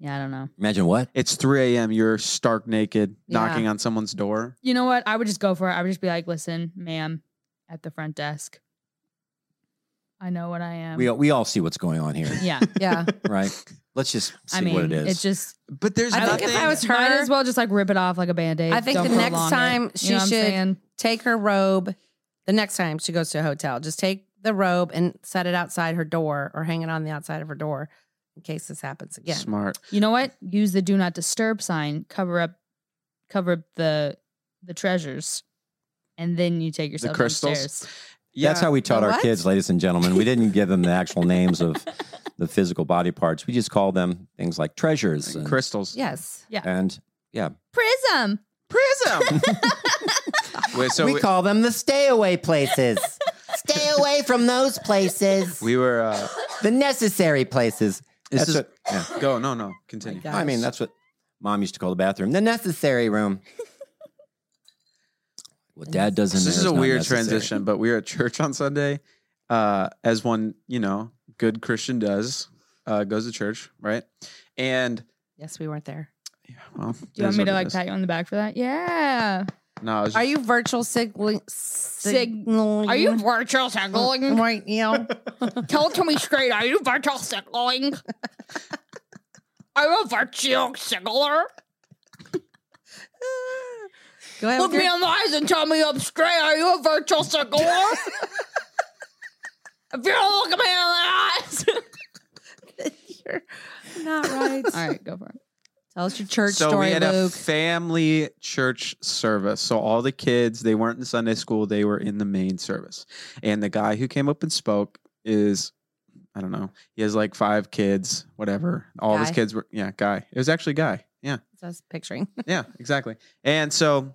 Yeah, I don't know.
Imagine what?
It's 3 a.m. You're stark naked, knocking
Yeah.
on someone's door.
You know what? I would just go for it. I would just be like, "Listen, ma'am, at the front desk. I know what I am."
We all, we all see what's going on here,
Um, yeah,
[laughs] Yeah.
right? Let's just see
I mean,
what it is.
it's just.
But there's
I think
nothing.
if I was her,
might as well just like rip it off like a band aid.
I think the next time she should-
Saying?
take her robe the next time she goes to a hotel. Just take the robe and set it outside her door or hang it on the outside of her door in case this happens again.
Smart.
You know what? Use the do not disturb sign, cover up cover up the the treasures, and then you take yourself
crystals?
downstairs.
Yeah,
That's how we taught
The
our
what?
kids, ladies and gentlemen. We didn't give them the actual
[laughs]
names of the physical body parts. We just called them things like treasures and,
crystals.
Yes.
Eh.
and
Prism. [laughs]
Prism. [laughs] Wait, so we,
call them the stay away
[laughs]
places.
Stay away from those places.
we were. Uh,
the necessary places.
this
That's
is,
what, yeah.
go. No, no. Continue.
Oh
God.
I mean,
[laughs]
that's what mom used to call the bathroom, the necessary room. What dad doesn't.
This
know
is a
not
weird
necessary.
transition, but we were at church on Sunday, uh, as one you know good Christian does, uh, goes to church, right? And
Yes, we weren't there.
well,
Do you want me to like pat you on the back for that? Yeah.
No, I was just,
Are you virtual signaling? Signaling?
Are you virtual signaling?
right now?
[laughs] Tell it to me straight. Are you
[laughs]
virtual signaling? I'm a virtual signaler.
Go ahead
Look
with
me
your-
in the eyes and tell me up straight. Are you a virtual signaler? if you don't look me in the eyes.
Not right.
All right, go for it.
Tell us your church
so
story,
we had a
Luke.
family church service. So all the kids, they weren't in Sunday school, they were in the main service. And the guy who came up and spoke is I don't know. He has like five kids, whatever. All his
Guy.
kids were yeah, guy. It was actually guy. Yeah.
So I was
[laughs]
picturing.
yeah, exactly. And so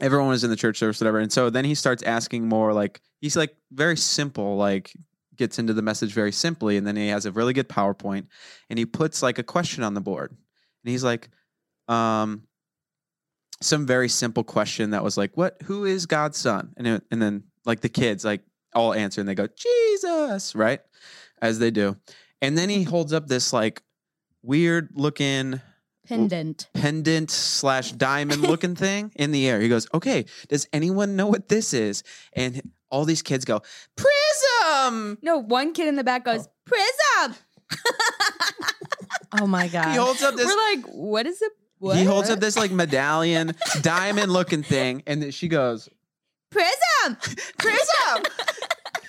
everyone was in the church service, whatever. And so then he starts asking more like he's like very simple, like gets into the message very simply, and then he has a really good PowerPoint and he puts like a question on the board. And he's like, um, some very simple question that was like, what who is God's son? And it, and then like the kids like all answer and they go, Jesus, right? As they do. And then he holds up this like weird looking
Pendant.
pendant slash diamond looking thing in the air. He goes, Okay, does anyone know what this is? And all these kids go, Prism.
No, one kid in the back goes, Prism.
Oh my god!
He holds up this-
We're like, what is it? What?
He holds up this like medallion, diamond looking thing. And then she goes,
Prism.
[laughs] Prism.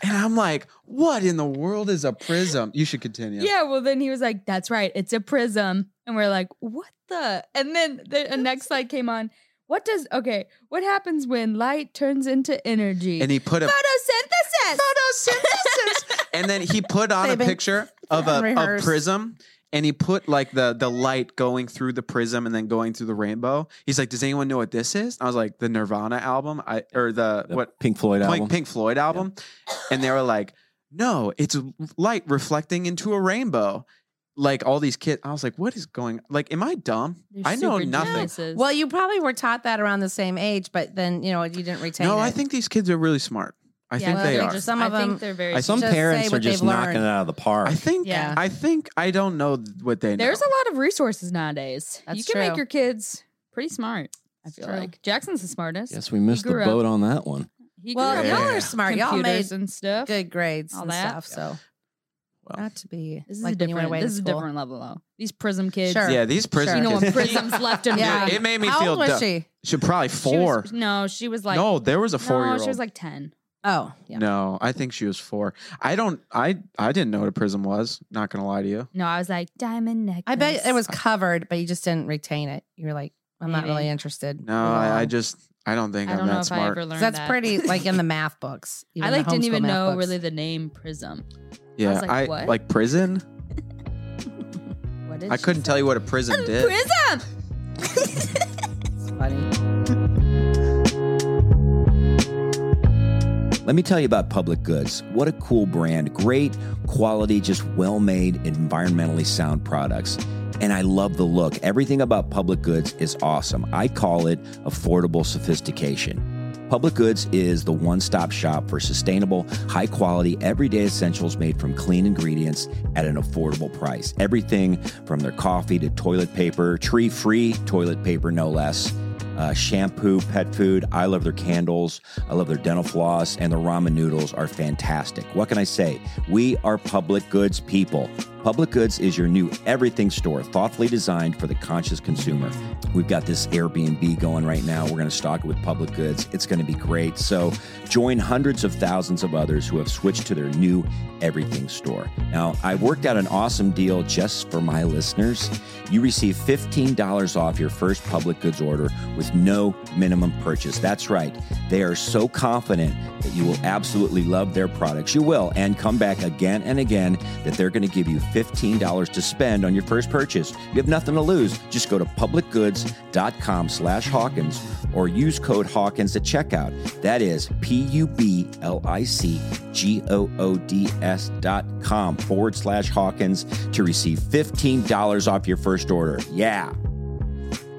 And I'm like, What in the world is a prism? You should continue.
Yeah, well, then he was like, that's right, it's a prism. And we're like, what the? And then the a next slide came on. What does, okay, what happens when light turns into energy?
And he put a-
photosynthesis.
Photosynthesis. And then he put on a
They've been-
picture of
been
a, a
rehearsed.
prism and he put like the the light going through the prism and then going through the rainbow. He's like, Does anyone know what this is? I was like, the Nirvana album, I or the, what
Pink Floyd
Pink,
album.
Pink Floyd album. And they were like, No, it's light reflecting into a rainbow. Like all these kids, I was like, "What is going? Like, am I dumb?
They're
I know
super
nothing."
geniuses.
Well, you probably were taught that around the same age, but then you know you didn't retain.
No,
it.
I think these kids are really smart. I think they
they're
are.
just- some of
I think
them-
they're very
I-
Some
Just say
parents are
what
just
they've
knocking
learned.
it out of the park.
I think.
Yeah.
I think I don't know what they know.
[laughs] There's a lot of resources nowadays. you
That's
can make
true.
your kids pretty smart, I feel
true.
like. Jackson's the smartest.
Yes, we missed
He
the
grew
boat
up-
on that one.
He grew
Well,
up
y'all
Yeah.
are smart. Y'all made
computers and stuff.
good grades
All
and
that.
stuff. So
Well,
not to be
This is
like
a
when you went
different.
away
This
to
is a
school.
different level though. These prism kids.
Sure.
Yeah, these prison
You know
kids.
what
[laughs]
prisms left and
Yeah.
right.
It made me
How
feel
old was
dumb.
she?
She probably
She
four.
was, no, she was like
no, there was a four year
no,
old.
she was like ten.
Oh, yeah.
No, I think she was four. I don't. I I didn't know what a prism was. Not gonna lie to you.
No, I was like diamond necklace.
I bet it was covered, but you just didn't retain it. You were like, I'm not really
Maybe.
interested.
No,
Move
I, I
on.
just I don't think
I
I am
don't
that
know if I
smart.
ever
'Cause
learned
that's
that. [laughs]
pretty like in the math books.
I
even the
like didn't
homeschool
even
math
know
books.
really the name prism.
yeah, I
was like,
like,
what? [laughs]
prison.
What did
I couldn't tell you what a
[laughs]
prison did.
prism.
Let me tell you about Public Goods. What a cool brand. Great quality, just well made, environmentally sound products. And I love the look. Everything about Public Goods is awesome. I call it affordable sophistication. Public Goods is the one stop shop for sustainable, high quality, everyday essentials made from clean ingredients at an affordable price. Everything from their coffee to toilet paper, tree free toilet paper, no less uh, shampoo, pet food. I love their candles. I love their dental floss, and their ramen noodles are fantastic. What can I say? We are public goods people. Public Goods is your new everything store, thoughtfully designed for the conscious consumer. We've got this Airbnb going right now. We're going to stock it with Public Goods. It's going to be great. So join hundreds of thousands of others who have switched to their new everything store. Now, I worked out an awesome deal just for my listeners. You receive $15 off your first public goods order with no minimum purchase. That's right. They are so confident that you will absolutely love their products. You will, and come back again and again that they're going to give you $15 to spend on your first purchase. You have nothing to lose. Just go to publicgoods.com slash Hawkins or use code Hawkins at checkout. That is P-U-B-L-I-C-G-O-O-D-S dot com forward slash Hawkins to receive $15 off your first order. Yeah.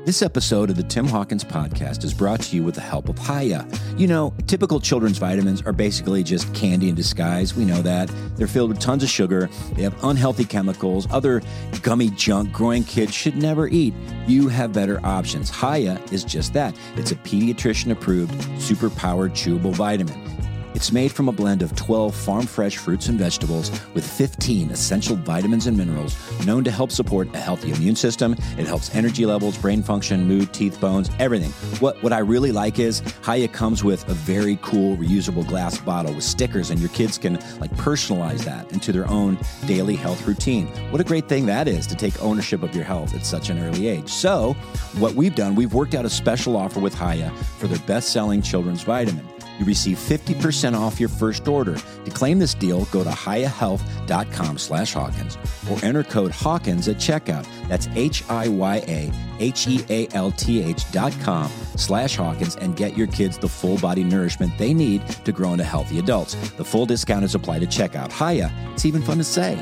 This episode of the Tim Hawkins podcast is brought to you with the help of Haya. You know, typical children's vitamins are basically just candy in disguise. We know that. They're filled with tons of sugar, they have unhealthy chemicals, other gummy junk growing kids should never eat. You have better options. Haya is just that it's a pediatrician approved, super powered chewable vitamin. It's made from a blend of 12 farm fresh fruits and vegetables with 15 essential vitamins and minerals known to help support a healthy immune system. It helps energy levels, brain function, mood, teeth, bones, everything. What what I really like is Haya comes with a very cool reusable glass bottle with stickers and your kids can like personalize that into their own daily health routine. What a great thing that is to take ownership of your health at such an early age. So, what we've done, we've worked out a special offer with Haya for their best-selling children's vitamin you receive 50% off your first order. To claim this deal, go to hyahealth.com slash Hawkins or enter code Hawkins at checkout. That's E H-I-Y-A-H-E-A-L-T-H dot com slash Hawkins and get your kids the full body nourishment they need to grow into healthy adults. The full discount is applied at checkout. Haya, it's even fun to say.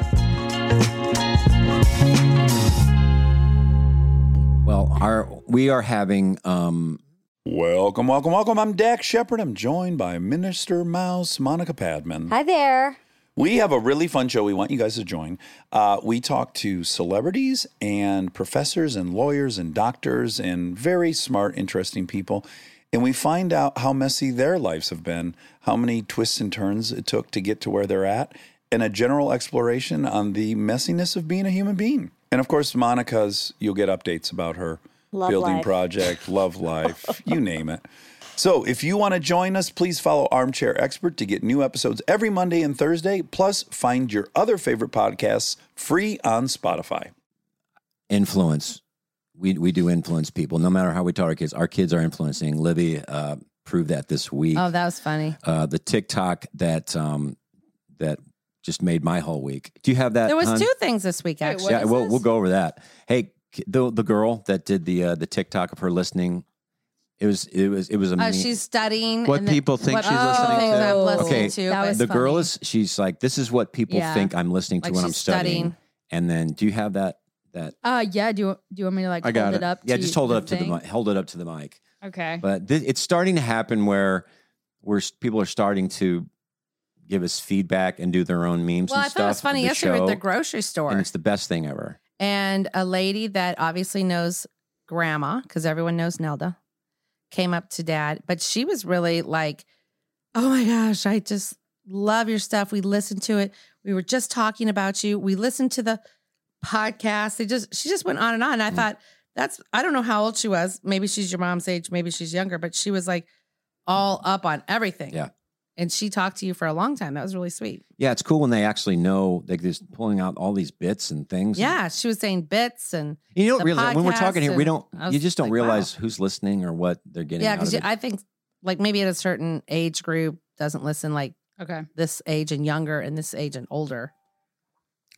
Well, our, we are having... Um,
Welcome, welcome, welcome. I'm Dak Shepard. I'm joined by Minister Mouse Monica Padman.
Hi there.
We have a really fun show we want you guys to join. Uh, we talk to celebrities and professors and lawyers and doctors and very smart, interesting people. And we find out how messy their lives have been, how many twists and turns it took to get to where they're at, and a general exploration on the messiness of being a human being. And of course, Monica's, you'll get updates about her
Love
building
life.
project, love life, you name it. So if you want to join us, please follow Armchair Expert to get new episodes every Monday and Thursday. Plus, find your other favorite podcasts free on Spotify.
influence. We we do influence people, no matter how we taught our kids. Our kids are influencing. Libby uh, proved that this week.
Oh, that was funny.
uh, the TikTok that um, that just made my whole week. Do you have that?
There was
hon?
two things this week actually.
Uh, yeah, we'll we'll go over that. Hey, k- the the girl that did the uh, the TikTok of her listening. It was it was it was
Uh,
amazing.
she's studying
What
and then-
people think
what
she's
people
listening
think
to.
I'm listening
okay,
to, but-
the girl is she's like this is what people
Yeah.
think I'm listening to
Like
when I'm
she's
studying.
studying.
And then do you have that that
Uh, yeah. Do you do you want me to like hold it. up?
Yeah,
to
just hold it up to the
thing?
mic. Hold it up to the mic.
Okay.
But th- it's starting to happen where where s- people are starting to give us feedback and do their own memes.
Well,
and
I thought it was
stuff
funny
of the
yesterday
show,
at the grocery store.
and
And,
it's the best thing ever.
a lady that obviously knows grandma, because everyone knows Nelda, came up to dad, but she was really like, Oh my gosh, I just love your stuff. We listened to it. We were just talking about you. We listened to the podcast. They just she just went on and on. And
Mm.
I thought, that's I don't know how old she was. Maybe she's your mom's age, maybe she's younger, but she was like all up on everything.
Yeah.
And she talked to you for a long time. That was really sweet.
Yeah, it's cool when they actually know like just pulling out all these bits and things.
Yeah, she was saying bits and
You don't
the
realize when we're
podcast
talking here, we
and
don't.
I was
You just don't
like,
realize who's listening or what they're
wow.
getting.
Yeah,
out of
because
it.
I think like maybe at a certain age group doesn't listen like
okay
this age and younger and this age and older.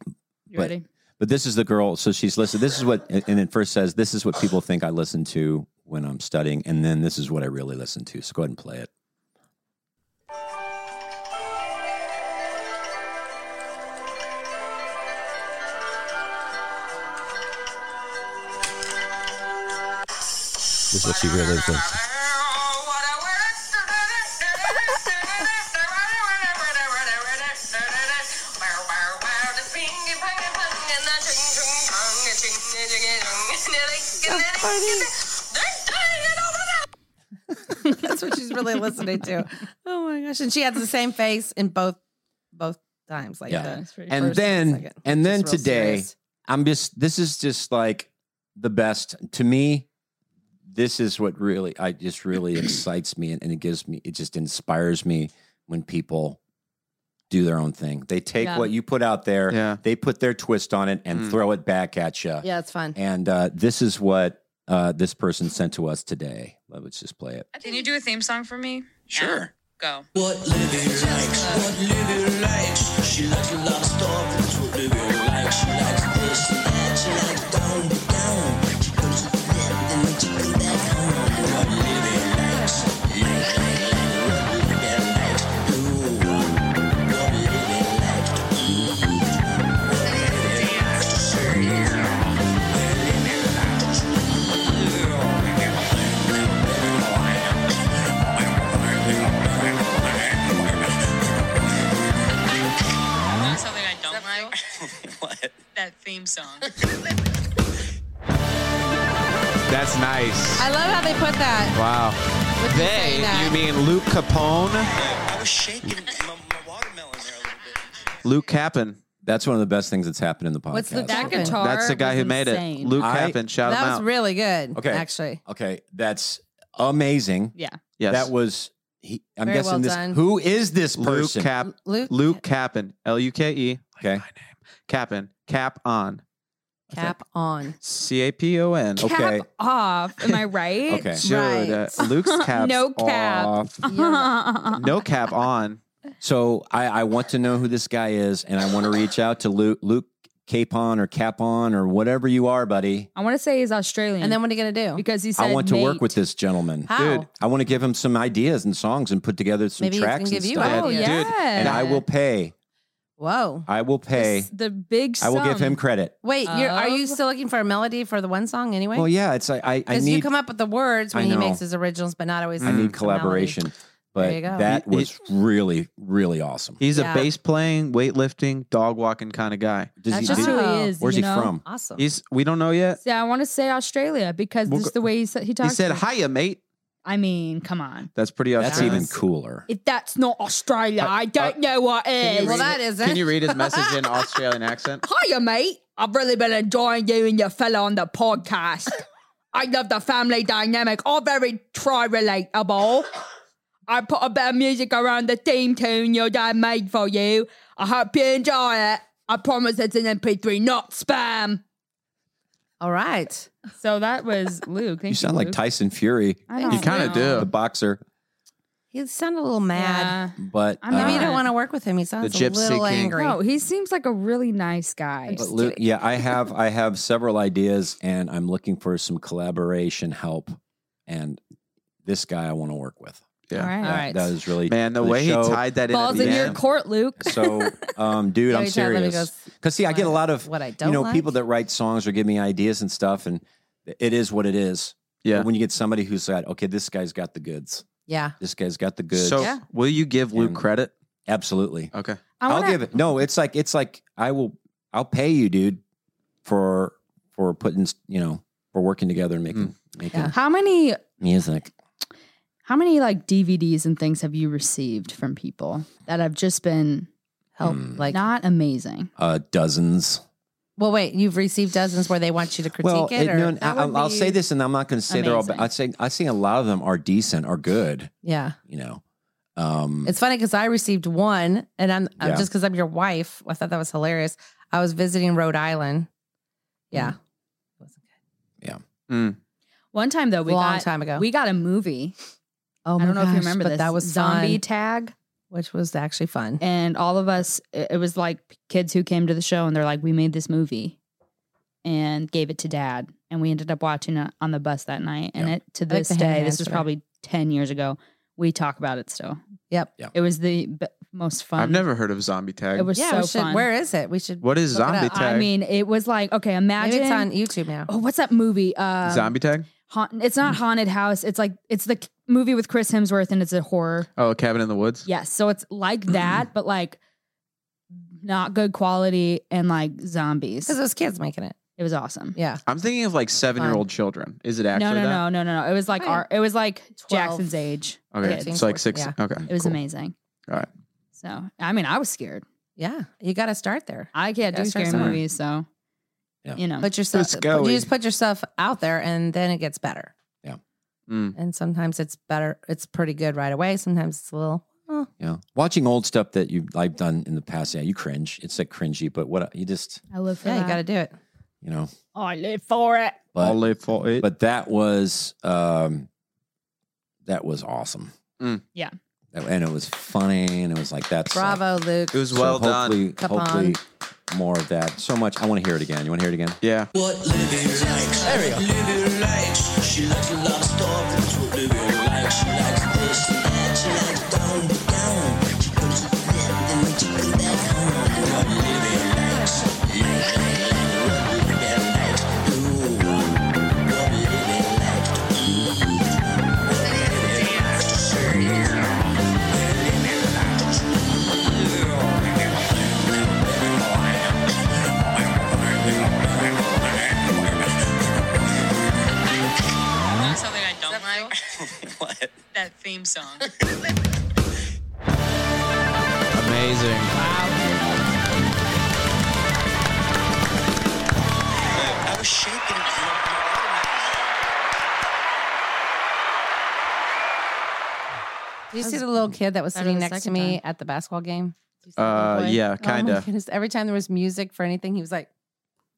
You
but,
ready?
But this is the girl. So she's listed. This is what, and it first says, "This is what people think I listen to when I'm studying," and then this is what I really listen to. So go ahead and play it.
This is what she really thinks.
[laughs] That's what she's really listening to. [laughs] Oh my gosh! And she had the same face in both both times. Like
yeah.
the
and
first
then,
second.
and then
Just real
today,
serious.
I'm just. This is just like the best to me. This is what really, I just
[clears throat]
really excites me, and, and it gives me, it just inspires me when people do their own thing. They take
Yeah.
what you put out there, they put their twist on it, and
Mm.
throw it back at you.
yeah, it's fun.
And uh, this is what uh, this person sent to us today. Let's just play it.
Can you do a theme song for me? Sure. Go.
What Libby likes, what Libby likes. She likes a lot of stuff, that's what Libby likes. She likes this and that, she likes down to down. She goes to bed, then when she comes back home. What Libby likes, like, like, like. What Libby likes, do. What Libby likes to eat. What Libby likes to say. What Libby likes to do.
[laughs] theme song.
That's nice.
I love how they put that.
Wow.
With you
They,
saying that.
you mean Luke Capone?
I was shaking.
Luke Capon.
That's one of the best things that's happened in the podcast.
What's the
That
Capon?
guitar
That's the guy
was
who made it.
insane.
Luke
I-
Capon. Shout
that
him
was
out.
really good.
Okay.
actually.
Okay, that's amazing.
Yeah.
Yes.
That was he. I'm
Very
guessing
well
this.
done.
Who is this
Luke
person?
Cap.
Luke
[laughs]
Luke Capon. L U K E.
Okay.
Capon. Cap on.
Cap on.
C A P O N.
Cap off.
[laughs]
Am I right?
Okay.
Dude, uh,
[laughs]
Right.
Luke's cap.
No cap. [laughs]
Off.
[laughs]
No cap on.
So I, I want to know who this guy is, and I want to reach out to Luke Luke Capon or Capon or whatever you are, buddy.
I want to say he's Australian.
And then what are you gonna do?
because he said
I want to work
mate.
with this gentleman.
How? Dude.
I want to give him some ideas and songs and put together some
Maybe he's
tracks
gonna give
and
you
stuff.
Oh,
ideas.
yeah.
Dude,
And I will pay.
Whoa.
I will pay.
This- the big.
I will give
sum.
him credit.
Wait, you're, are you
Of-
still looking for a melody for the one song anyway?
Well, yeah, it's I I, I
Because you
need
come up with the words
I
when he
know.
makes his originals, but not always.
I need
the melody.
collaboration.
There you
But
go.
that
He- he-
was really really awesome.
He's
Yeah.
a bass playing, weightlifting, dog walking kind of guy.
Does
That's
he
just
do-
who he is.
Where's
you
he
know?
from?
Awesome.
He's we don't know yet.
Yeah, I want to say Australia because
We'll
this is
go-
the way he said he
He
talks.
said,
to-
"Hiya, mate."
I mean, come on.
That's pretty
That's
Australian.
even cooler.
If that's not Australia, I don't know what is.
Well, that isn't.
Can you
[laughs]
read his message in Australian accent?
Hiya, mate. I've really been enjoying you and your fella on the
[laughs]
podcast. I love the family dynamic. All very try relatable. I put a bit of music around the theme tune your dad made for you. I hope you enjoy it. I promise it's an MP3, not spam.
All right.
So that [laughs] was Luke.
You sound like Tyson Fury,
You kind of
the
do.
boxer,
He sounded a little mad.
but
I'm
uh,
Maybe you
Uh,
don't want to work with him. He sounds a
Gypsy
little
King.
angry.
No, he seems like a really nice guy.
But Luke, yeah, I have I have several ideas, and I'm looking for some collaboration help. And this guy I want to work with.
Yeah.
All right.
That- that is really
Man, the
for
way he
show.
tied that in. at
Balls
the
in your
end.
court, Luke.
So,
[laughs]
um, dude,
Yeah,
I'm
he tried, but he
serious.
goes,
Because see, I get a lot of
What I don't
you know
like.
people that write songs or give me ideas and stuff, and it is what it is.
Yeah.
But when you get somebody who's like, okay, this guy's got the goods.
Yeah.
This guy's got the goods.
So,
Yeah.
will you give Luke
And-
credit?
absolutely,
Okay.
I
I'll give it. No, it's like it's like I will. I'll pay you, dude, for for putting you know for working together and making
Hmm.
making
Yeah.
How many
music.
How many like DVDs and things have you received from people that have just been
Help.
Hmm.
Like,
not amazing?
Uh, dozens.
well, wait. You've received dozens where they want you to critique
well,
it,
it-
or
no,
That
I,
would
I'll say
be
this, and I'm not going to say they're all. Bad.
amazing.
I'd say I think a lot of them are decent, are good.
yeah.
You know, um,
It's funny because I received one, and I'm I'm-
Yeah.
just because I'm your wife. I thought that was hilarious. I was visiting Rhode
Mm.
Island. Yeah,
Mm.
One time though,
a
we
long
got
time ago.
we got a movie.
oh
I don't know if you
gosh,
remember
but
this.
that was
Zombie
fun,
Tag,
which was actually fun.
and all of us. It it was like kids who came to the show, and they're like, "We made this movie," and gave it to Dad, and we ended up watching it on the bus that night. And it to
I like
this
the
day,
Hangman's
this was
Story.
probably ten years ago. We talk about it still.
Yep.
Yeah.
It was the b- most fun.
I've never heard of zombie tag.
It was
yeah,
so
we should,
fun.
where is it? We should.
what is
look it
zombie
up.
tag?
I mean, it was like okay. Imagine
Maybe it's on YouTube now.
Oh, what's that movie? Um,
zombie tag?
haunt- it's not haunted house. It's like it's the k- movie with Chris Hemsworth, and it's a horror.
Oh, Cabin in the Woods.
Yes, so it's like that, but like not good quality and like zombies.
Because it was kids making it.
It was awesome.
Yeah.
I'm thinking of like seven year old children. Is it
No,
actually that?
no, no, no, no, no. It was like
Oh, yeah.
our. It was like
12.
Jackson's age.
Okay,
kids.
it's like six.
Yeah.
Okay,
It was
cool.
amazing.
All right.
So I mean, I was scared.
Yeah. You got to start there.
I can't
Yeah,
do
start
scary
somewhere.
movies, so
Yeah.
you know.
Put yourself.
It's
You
going.
just put yourself out there, and then it gets better.
Mm.
And sometimes it's better. It's pretty good right away. Sometimes it's a little. oh.
Yeah, watching old stuff that you I've done in the past. Yeah, you cringe. It's like cringy, but what you just
I live for
Yeah, you
that.
got to do it.
you know.
I live for it.
But
All live for it.
but that was um, that was awesome.
Mm.
Yeah.
That- and it was funny, and it was like that's
Bravo, Luke.
it was
so
well done.
hopefully,
Capone.
Hopefully, more of that. So much. I want to hear it again. You want to hear it again?
Yeah.
What Livy likes. There we go. Livy likes. She likes a lot of stuff. That's what Livy likes. She likes this and that. She likes down to down. She goes to bed and then she comes back home. What Livy likes. Like, like, like. What Livy likes. Ooh. What Livy likes. Ooh. What Livy likes. Yeah. What Livy likes. Yeah.
[laughs] song.
Amazing.
I was shaking.
Did you see the little kid that was
Better
sitting
the
next to
second
me at the basketball game?
Uh, yeah,
Oh my
kind of.
goodness, Every time there was music for anything, he was like,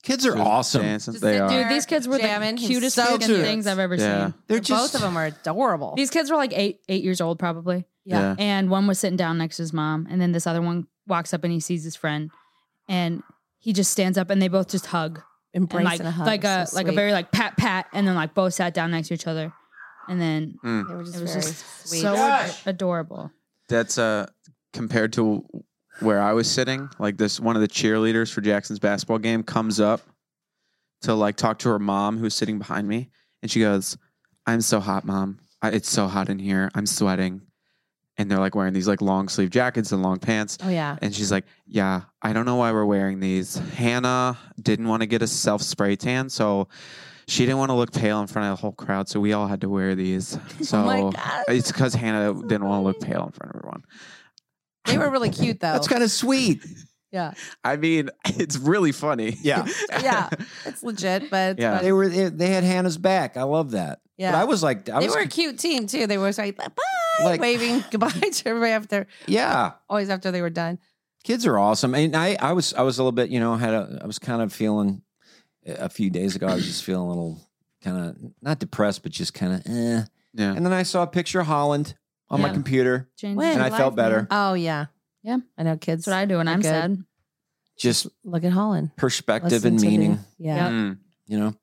Kids are awesome. Uh,
they are.
Dude, these kids were
Jamming.
the
He's
cutest
so
fucking
cute.
things I've ever
Yeah.
seen.
They're both of them are adorable.
These kids were like eight eight years old probably.
Yeah. Yeah.
And one was sitting down next to his mom, and then this other one walks up and he sees his friend, and he just stands up and they both just hug,
Embrace
like,
and a hug.
like a
So
like a
sweet.
very like pat pat, and then like both sat down next to each other, and then
Mm.
They were just
it was
very
just
sweet.
so
Gosh.
ad- adorable.
That's uh compared to where I was sitting. Like this, one of the cheerleaders for Jackson's basketball game comes up to like talk to her mom, who's sitting behind me, and she goes, "I'm so hot, mom. I, it's so hot in here. I'm sweating." And they're like wearing these like long sleeve jackets and long pants.
Oh, yeah.
And she's like, "Yeah, I don't know why we're wearing these. Hannah didn't want to get a self spray tan, so." She didn't want to look pale in front of the whole crowd, so we all had to wear
[laughs]
these. So
Oh my God.
it's because Hannah didn't want to look pale in front of everyone.
They were really cute though.
That's kind of sweet.
[laughs] yeah.
I mean, [laughs] it's really funny. [laughs]
Yeah.
Yeah. It's legit, but it's
yeah.
funny.
They were they, they had Hannah's back. I love that.
Yeah.
But I was like, I
they
was
were a cute team too. They were like, bye,
Like-
waving [laughs] goodbye to everybody after.
Yeah.
Always after they were done.
kids are awesome and i i was i was a little bit you know had a i was kind of feeling eh, a few days ago i was just feeling a little kind of not depressed but just kind of eh.
yeah
and then i saw a picture of holland on my
Yeah.
computer
Changes
and
your
i felt
life,
better
man.
Oh yeah.
Yeah.
I know kids.
That's what I do when
are
I'm
good.
sad.
just
Look at Holland.
perspective
Listen
and
to the-
meaning
yeah.
Mm.
you know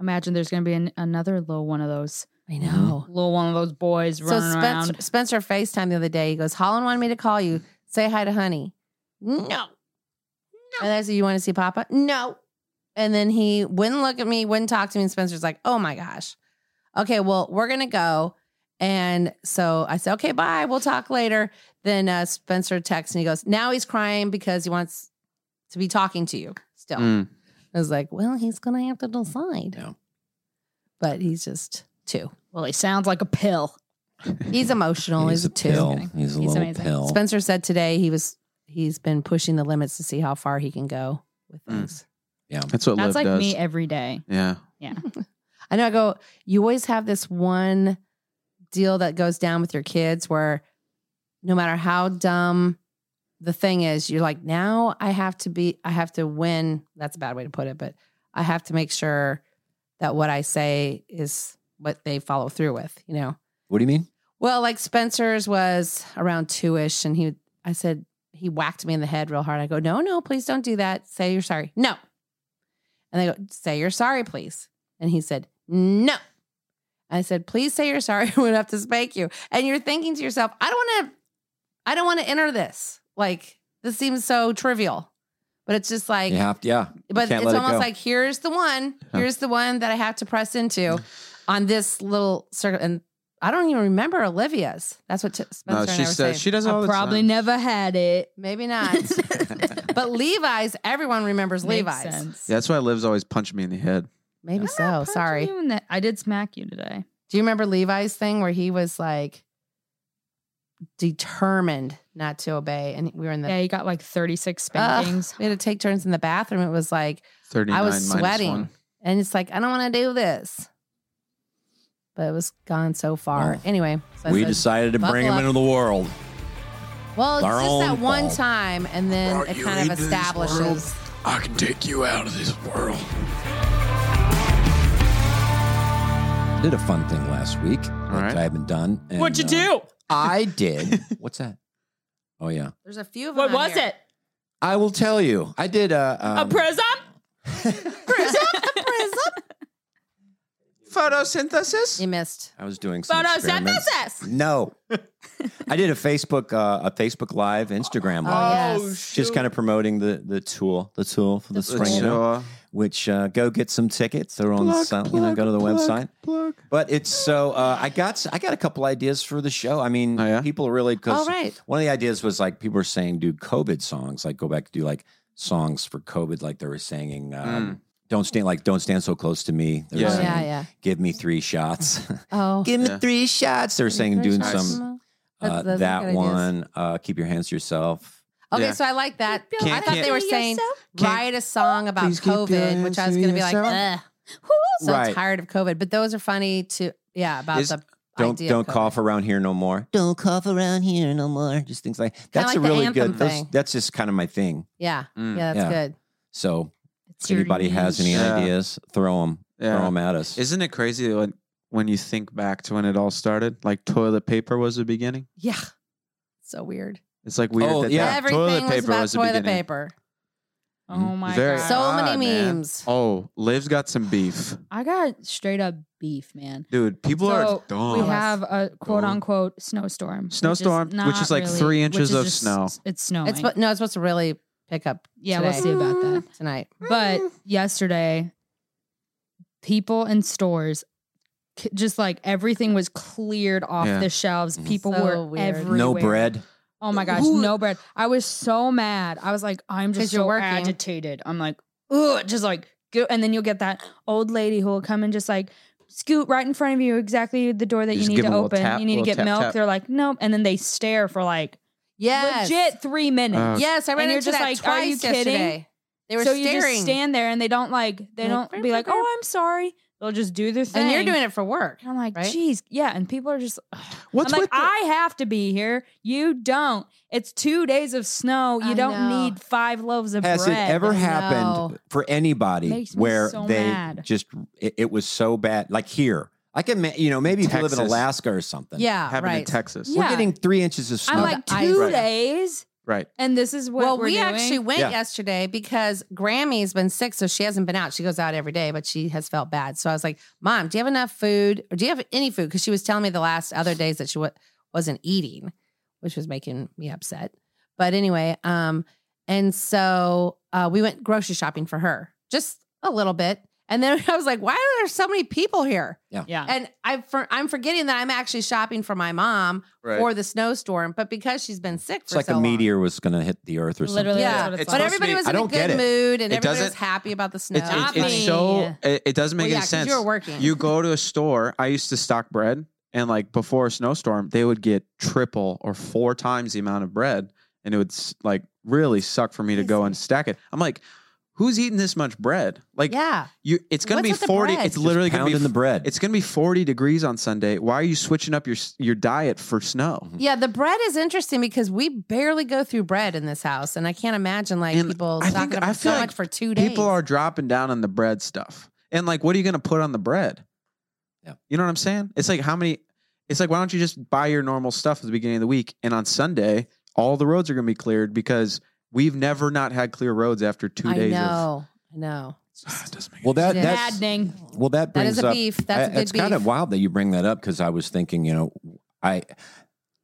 Imagine there's gonna be an, another little one of those
I know.
little one of those boys
So
running
Spencer,
around.
Spencer FaceTime the other day. He goes, Holland wanted me to call you. Say hi to honey. No. No. And I said, You want to see Papa? No. And then he wouldn't look at me, wouldn't talk to me. And Spencer's like, Oh my gosh. Okay, well, we're gonna go. And so I said, Okay, bye. We'll talk later. Then uh, Spencer texts and he goes, Now he's crying because he wants to be talking to you still.
Mm.
I was like, Well, he's gonna have to decide. But he's just two.
Well, he sounds like a pill.
He's emotional. He's, a two.
pill he's a
He's
little
amazing.
pill
Spencer said today he was he's been pushing the limits to see how far he can go with things.
yeah
Mm. That's what
That's
love
like
does.
me every day.
Yeah.
Yeah.
[laughs] I know I go, you always have this one deal that goes down with your kids where no matter how dumb the thing is, you're like, now I have to be I have to win. That's a bad way to put it, but I have to make sure that what I say is what they follow through with, you know.
what do you mean
Well, like Spencer's was around two ish, and he, I said, he whacked me in the head real hard. I go, no, no, please don't do that. Say you're sorry. No. And they go, say you're sorry, please. And he said, no. I said, please say you're sorry. [laughs] I would have to spank you. And you're thinking to yourself, I don't want to, I don't want to enter this. Like this seems so trivial, but it's just like,
you have to yeah You
but
can't
it's
let it
almost
go.
like here's the one
Huh.
here's the one that i have to press into on this little circle and i don't even remember olivia's that's what t- spencer and
she
i were
says-
saying
she does
I
all the
probably
time.
never had it.
maybe
[laughs]
not but levi's everyone remembers
Makes
levi's
sense.
Yeah, that's why Liv's always punching me in the head.
maybe so sorry
You in the- I did smack you today.
do you remember levi's thing where he was like determined not to obey and we were in the
Yeah, you got like 36
Ugh,
spankings.
we had to take turns in the bathroom it was like
39
I was
minus
sweating.
one.
And it's like, I don't want to do this. But it was gone so far.
Well,
anyway, so I
Oh. we
said,
decided to bring
"Buckle
him
up."
into the world
Well, it's
our
just that
own
one
fault.
time, and then it kind of establishes.
I can take you out of this world.
did a fun thing last week that
right.
i haven't done and, uh, i
[laughs]
did what's that oh yeah
There's a few of them.
What was it?
i will tell you i did uh
A
um,
prism?
Photosynthesis?
You missed.
I was doing some experiments.
Photosynthesis!
[laughs]
No, I did a Facebook uh, a Facebook Live, Instagram Live,
Oh, yes.
just kind of promoting the the tool, the tool for the, spring, you know,
Sure.
which uh, go get some tickets. They're on
Plug,
some, you know,
plug,
go to the
plug,
website.
plug.
But it's so uh, I got s- I got a couple ideas for the show. I mean,
Oh, yeah?
people really because
All right.
one of the ideas was like people were saying do COVID songs, like go back to do like songs for COVID, like they were singing. Um, Don't stand like don't stand so close to me. They were
Yeah. Oh,
singing,
yeah, yeah.
Give me three shots. [laughs]
Oh,
Give me three shots. They were saying doing
shots.
some
That's-
uh,
those are good
that
ideas.
one. Uh, keep your hands to yourself.
Okay, so I like that. I
Can't-
thought
can't-
they were saying
Can't-
write a song about
Please keep your
COVID, which I was going to be like,
hands to
Ugh. so
Right.
tired of COVID. But those are funny to yeah about
Is-
the
don't
idea.
don't
of COVID.
cough around here no more. Don't cough around here no more. Just things like that's
like
a
the
really
anthem
good. Those,
thing.
that's just kind of my thing.
Yeah,
Mm.
yeah, that's
Yeah.
good.
So
It's
if anybody
your
has any
niche. Yeah.
ideas, throw them.
Yeah.
Throw them at us.
Isn't it crazy when when you think back to when it all started? Like toilet paper was the beginning.
Yeah, so weird.
It's like weird
Oh,
that,
yeah.
that
Everything
toilet paper
was about
was the
toilet
beginning.
paper.
Oh my
Mm, Very
god.
Ah,
So many
odd, man.
memes.
Oh, Liv's got some beef,
I got straight up beef, man.
dude. People
so
are dumb.
We have a quote unquote snowstorm.
Snowstorm, which
not
is like
really-
three inches
which is
of
just-
snow.
It's snowing.
It's spo- no, it's supposed to really pick up.
yeah, we'll
today. Mm-hmm.
see about that.
tonight.
But yesterday, people in stores, c- just like everything was cleared off
Yeah.
the shelves. People
Mm. So
were
weird.
everywhere.
No bread.
Oh my gosh, no bread. I was so mad. I was like, I'm
'Cause
just
you're
so
working.
agitated. I'm like, ugh, just like, go. and then you'll get that old lady who will come and just like scoot right in front of you, exactly the door that
You
you,
just
need
give
to
'em a little
open.
tap,
you need to
little
get
tap,
milk.
tap.
They're like, nope. And then they stare for like,
Yes.
legit three minutes.
Uh, Yes, I ran
and you're
into
just
that
like, are you
twice
kidding?
yesterday. They were
so you
staring.
just stand there and they don't like, they
Like,
don't be like, oh, I'm sorry. They'll just do their thing.
and you're doing it for work.
I'm like,
right?
geez, yeah. And people are just, ugh.
What's
I'm
with
like,
the-
I have to be here. You don't. It's two days of snow. You
I
don't
know.
need five loaves of
Has
bread.
it ever happened for anybody
Makes me
where
so
they
mad.
just it, it was so bad? Like here, I can ma- you know maybe if you live in
Texas.
Alaska or something.
Yeah, Happened in right.
Texas.
We're
Yeah.
getting three inches of snow.
I'm like, two
eh,
days.
Right.
And this is what
well,
we're
we
doing?
actually went
Yeah.
yesterday because Grammy's been sick, so she hasn't been out. She goes out every day, but she has felt bad. So I was like, "Mom, do you have enough food, or do you have any food?" Because she was telling me the last other days that she wa- wasn't eating, which was making me upset. But anyway, um, and so uh, we went grocery shopping for her, just a little bit, and then [laughs] I was like, "Why are there so many people here?"
Yeah.
Yeah.
And I for, I'm forgetting that I'm actually shopping for my mom
Right.
for the snowstorm, but because she's been sick
It's
for
like
so
a
long.
meteor was going to hit the earth or something.
Yeah,
it's
but
like.
everybody was
I
in a
don't get
good
it.
mood and
It
everybody was
doesn't-
happy about the snow.
It's, it's, it's so it, it doesn't
Well,
make
yeah,
any
'cause
sense.
you were working.
You go to a store. I used to stock bread, and like before a snowstorm, they would get triple or four times the amount of bread, and it would s- like really suck for me to go and stack it. I'm like, who's eating this much bread? Like,
yeah,
you. It's gonna
What's with
be
the
40.
bread?
It's
Just
literally gonna be
pounding the bread.
It's gonna be 40 degrees on Sunday. Why are you switching up your s- your diet for snow?
Mm-hmm.
yeah, the bread is interesting because we barely go through bread in this house, and I can't imagine like people
I
talking
think- I
about so
feel like
much for two days.
People are dropping down on the bread stuff. And like, what are you going to put on the bread?
Yeah.
You know what I'm saying? It's like, how many? It's like, why don't you just buy your normal stuff at the beginning of the week? And on Sunday, all the roads are going to be cleared because we've never not had clear roads after two
I
days. Of,
know, I know.
Well, that
Yeah.
that's
Maddening.
well that
That is
brings
a
up.
beef. That's a good
it's kind of
beef.
wild that you bring that up because I was thinking, you know, I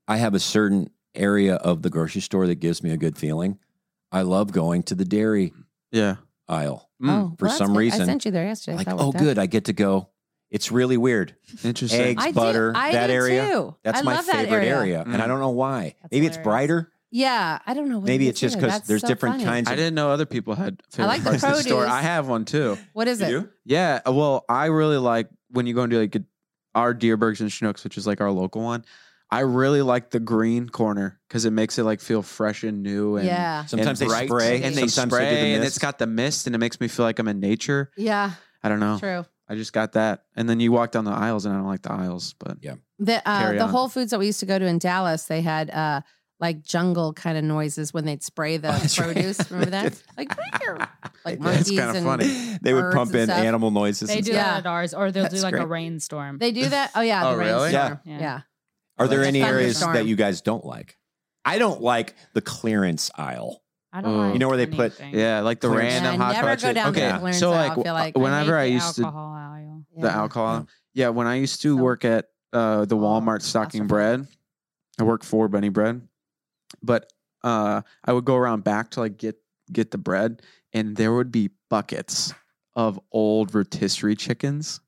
I have a certain area of the grocery store that gives me a good feeling. I love going to the dairy
yeah. Mm.
aisle
Oh,
for
well, that's
some
good.
reason.
I sent you there yesterday.
like,
That
oh,
worked out.
good, I get to go. It's really weird.
Interesting.
Eggs,
I do-
butter,
I
that
do
area.
too.
That's
I
my
love that
favorite
area.
Mm.
and I don't know why. Maybe it's brighter.
Yeah, I don't know. What
Maybe
it
it's
is
just
either.
'cause
That's
there's
so
different
funny.
kinds
I didn't know other people had favorite
like the
parts of the store.
produce.
I have one too.
What is it?
Yeah. uh, Well, I really like when you go into like a- our Deerbergs and Schnooks, which is like our local one. I really like the green corner because it makes it like feel fresh and new. And,
Yeah.
and
Sometimes they
bright,
spray,
and they
sometimes they
spray,
do the
and
mist.
it's got the mist, and it makes me feel like I'm in nature.
Yeah,
I don't know.
true.
I just got that, and then you walk down the aisles, and I don't like the aisles, but
yeah,
The uh,
Carry
the
on.
Whole Foods that we used to go to in Dallas, they had uh, like jungle kind of noises when they'd spray
Oh,
the produce.
[laughs]
Remember that? like like monkeys
kinda
and
They would
birds
pump
and
in
stuff.
animal noises.
They
and
do
stuff.
that at ours, or they'll do
That's
like a
great.
rainstorm.
They do that. Oh yeah,
Oh,
the
really? Yeah.
rainstorm. yeah.
Are there
Like a
any areas
thunderstorm.
that you guys don't like? I don't like the clearance aisle.
I
don't Ooh.
You know where they put
Mm. yeah, like the
Clearance.
random
Yeah, I
hot
never
pocket.
go down
okay,
the clearance
so
aisle,
like,
I feel like. I
whenever I,
hate the
used to
alcohol aisle.
the alcohol. Yeah, when I used to work at uh,
Oh,
the Walmart stocking bread, I worked for Benny Bread, but uh, I would go around back to like get get the bread, and there would be buckets of old rotisserie chickens,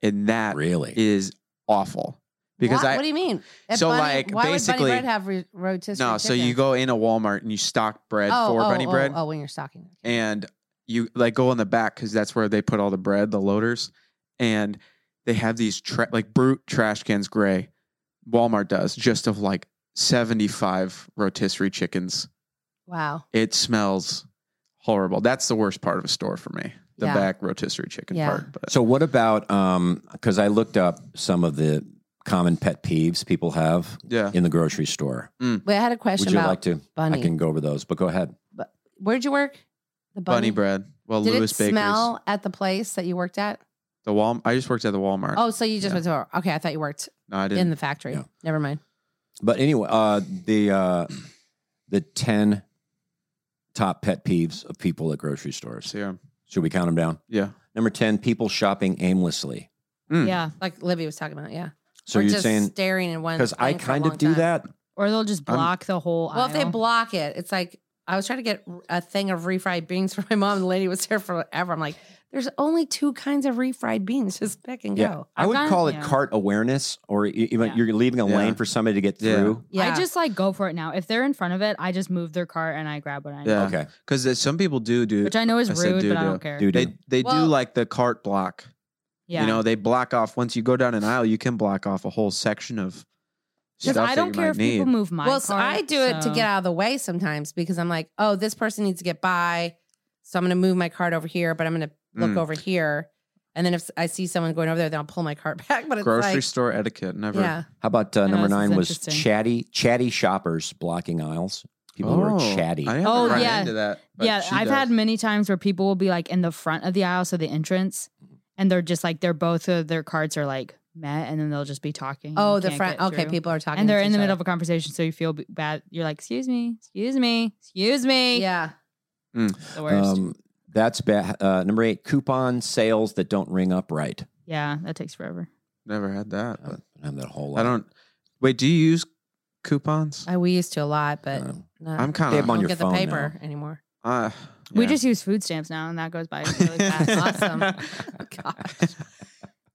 and that
really
is awful because
Why-
I
what do you mean? If
so,
Bunny-
like,
why would
basically-
Bunny Bread have ro- rotisserie?
no. So you
chicken?
go in a Walmart and you stock bread
oh,
for
oh,
Benny
oh,
Bread,
Oh, when you're stocking.
and you like go on the back because that's where they put all the bread, the loaders, and they have these tra- like brute trash cans, gray. Walmart does just of like seventy-five rotisserie chickens.
Wow.
It smells horrible. That's the worst part of a store for me. The
Yeah.
back rotisserie chicken
Yeah.
part. But
So what about um cuz I looked up some of the common pet peeves people have
Yeah.
in the grocery store.
Wait, I had a question
Mm. Would you
about
like to
Bunny.
I can go over those, but go ahead.
Where'd you work? The
bunny bread. Well,
Did
Lewis
it
Baker's.
smell at the place that you worked at?
The Wal. I just worked at the Walmart.
Oh, so you just went to okay. I thought you worked
no, I didn't.
in the factory. Never mind.
But anyway, uh the uh the 10 top pet peeves of people at grocery stores.
Yeah.
Should we count them down?
Yeah.
Number 10, people shopping aimlessly.
Yeah, like Libby was talking about. Yeah.
So
or
you're
just
saying-
staring in one
Cuz I
thing for a
kind
long
of do
time.
that.
Or they'll just
I'm-
block the whole
Well, if they
aisle.
block it, it's like I was trying to get a thing of refried beans [laughs] for my mom. The lady was here forever. I'm like, there's only two kinds of refried beans. Just pick and go.
I would call it cart awareness or e- even you're leaving a
Yeah.
lane for somebody to get through.
I just like go for it now. If they're in front of it, I just move their cart and I grab what I need.
Yeah.
Okay.
Because some people do do,
Which I know is
said
rude, but I don't care. Do do.
They they
Well-
do like the cart block.
Yeah.
You know, they block off once you go down an aisle. You can block off a whole section of stuff
Because I
that
don't
you
care
might
if
need.
people move my
well, so
cart,
I do it to
so-
get out of the way sometimes because I'm like, oh, this person needs to get by, so I'm going to move my cart over here, but I'm going to look
Mm.
over here, and then if I see someone going over there, then I'll pull my cart [laughs] back. But it's
Grocery
like,
store etiquette. Never.
Yeah.
How about uh,
I know,
number
this is
nine was
interesting.
chatty chatty shoppers blocking aisles? People who are
Oh,
chatty.
I haven't
Oh,
run
yeah.
into that. but
yeah,
she
I've
does.
had many times where people will be like in the front of the aisle, so the entrance,
Mm-hmm.
and they're just like they're both of their carts are like met, and then they'll just be talking. and
Oh,
you
the
can't
front-
get
okay,
through.
people are talking
and they're
to
in the
each
middle
other.
of a conversation, so you feel b- bad. You're like, "Excuse me, excuse me, excuse me."
Yeah,
The worst.
Mm. Um, that's bad. Uh, number eight, coupon sales that don't ring up right.
yeah, that takes forever.
Never had that. but
I have that whole
I don't. Wait, do you use coupons?
I, we used to a lot, but not,
I'm kinda-
I
They have 'em on
don't
your
get
phone
the paper anymore.
Uh,
We
yeah.
just use food stamps now, and that goes by
[laughs]
really fast. [laughs] awesome. Gosh,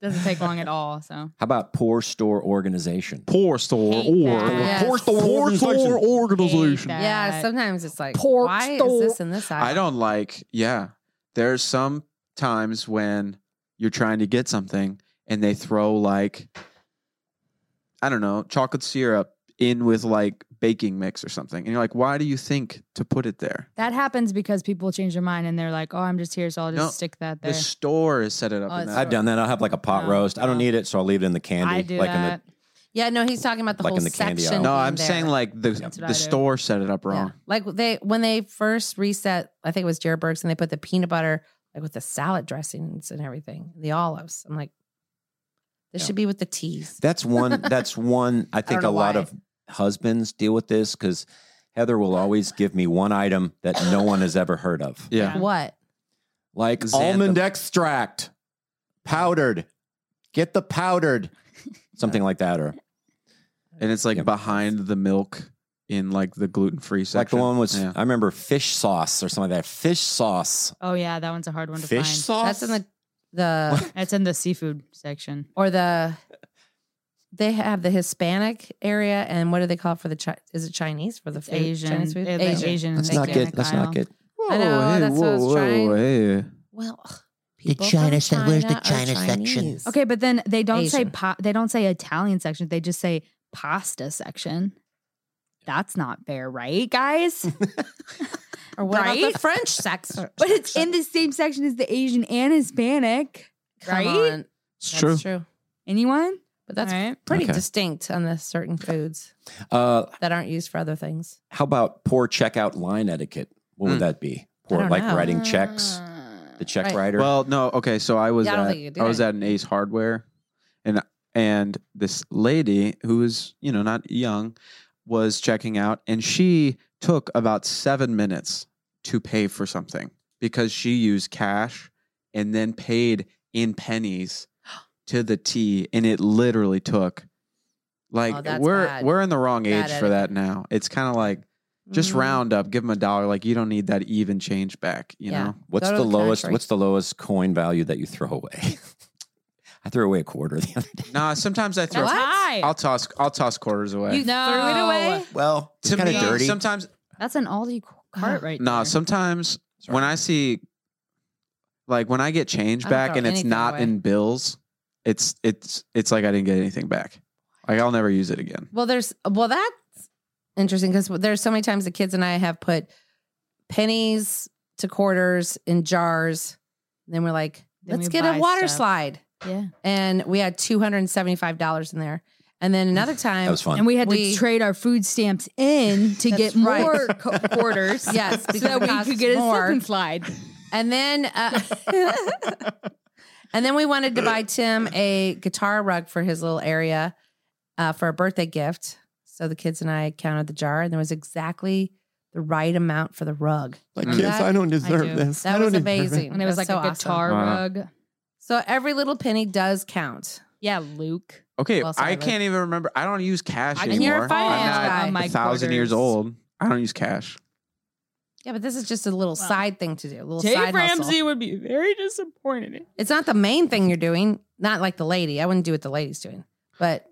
doesn't take long at all. So
How about poor store organization?
Poor store
Hate or- that.
poor store organization.
organization.
Yeah, sometimes it's like,
Pork
why
store.
is this in this aisle?
I don't like, yeah. There's some times when you're trying to get something and they throw like, I don't know, chocolate syrup in with like baking mix or something. And you're like, why do you think to put it there?
that happens because people change their mind and they're like, "Oh, I'm just here, so I'll just
No,
stick that there."
The store is set it up.
Oh,
in
it's
that.
I've done that. I'll have like a pot roast. I don't need it, so I'll leave it in the candy.
I do
like in the-
that.
Yeah, no, he's talking about the
Like
whole
in the candy
section.
aisle.
No,
being
I'm
there.
saying like the
what I
the
do.
store set it up wrong.
Like they when they first reset, I think it was Jared Burks, and they put the peanut butter like with the salad dressings and everything, the olives. I'm like, this should be with the teas.
That's one. That's one. I think
know
a lot
why.
of husbands deal with this because Heather will always give me one item that no one has ever heard of.
Yeah.
What?
like
Xanthan.
almond extract, powdered. Get
[laughs]
the powdered, something like that, or
And it's like behind the milk in like the gluten free section.
like the one was.
Yeah.
I remember fish sauce or something like that. Fish sauce.
Oh yeah, that one's a hard one to
Fish
find.
sauce?
That's in the the
That's in the seafood section.
or the they have the Hispanic area, and what do they call it for the Chi- is it Chinese for the food?
Asian.
Chinese food?
They have, like, Asian
Let's
and
not get.
Hispanic
Let's
aisle.
not get.
I know, that's what I was trying.
hey.
Well, ugh,
The
people
China
from
side- where's the
are
China section?
oh, Chinese.
Okay, but then they don't say
Asian.
pa- they don't say Italian section. They just say pasta section. That's not fair, right, guys?
Or what
right?
about the French sex?
but it's in the same section as the Asian and Hispanic,
Come
right?
on.
It's
That's
true.
true.
Anyone?
But that's
All right.
pretty
Okay.
distinct on the certain foods
Uh,
that aren't used for other things.
how about poor checkout line etiquette? What would that be? Poor,
Hmm. don't
like
know. Uh,
writing checks. The check
Ah. Right.
writer.
Well, no, okay. So I was
Yeah, I don't
at,
think you could do
I was
that.
at an Ace Hardware, and and this lady who was you know not young was checking out, and she took about seven minutes to pay for something because she used cash and then paid in pennies to the T, and it literally took like
Oh, that's
we're
bad.
we're in the wrong age
Bad
for that now. It's kind of like. Just
Mhm.
round up, give them a dollar. Like you don't need that even change back, you
Yeah.
know.
What's
Go
the,
to the
lowest?
country.
What's the lowest coin value that you throw away? I threw away a quarter the other day.
Nah, sometimes [laughs] I throw.
That's high.
I'll toss. I'll toss quarters away.
You threw it away?
Well, it's
to
kind
me,
of dirty.
Sometimes,
That's an Aldi cart right
nah. Sometimes when I see Like when I get change
I don't
back
throw
and it's
anything
not
away.
in bills, it's it's it's like I didn't get anything back. Like I'll never use it again.
Well, there's well that's interesting because there's so many times the kids and I have put pennies to quarters in jars. And then we're like,
Then
let's
we
get a
buy
water
stuff.
slide,
Yeah.
and we had two hundred and seventy five dollars in there. And then another time,
That was fun. And we had to trade our food stamps in to get more [laughs] co- quarters.
Yes,
so
because
that
it
we
costs
could get a
more.
slip and [laughs] slide.
And then, uh, [laughs] and then we wanted to buy Tim a guitar rug for his little area uh, for a birthday gift. So the kids and I counted the jar, and there was exactly the right amount for the rug.
Like,
Remember
kids,
that?
I don't deserve this.
That
I
was
don't deserve it.
amazing.
And it was
That's
like a
so awesome.
guitar
Wow.
rug.
So every little penny does count.
Yeah, Luke.
Okay,
Well, sorry,
I
Liz.
can't even remember. I don't use cash
I- and
anymore.
you're a
I'm
finance
not
guy.
a
My
thousand years old. I don't use cash.
Yeah, but this is just a little side thing to do. A little
Dave
side
Ramsey
hustle.
would be very disappointed.
It's not the main thing you're doing. Not like the lady. I wouldn't do what the lady's doing, but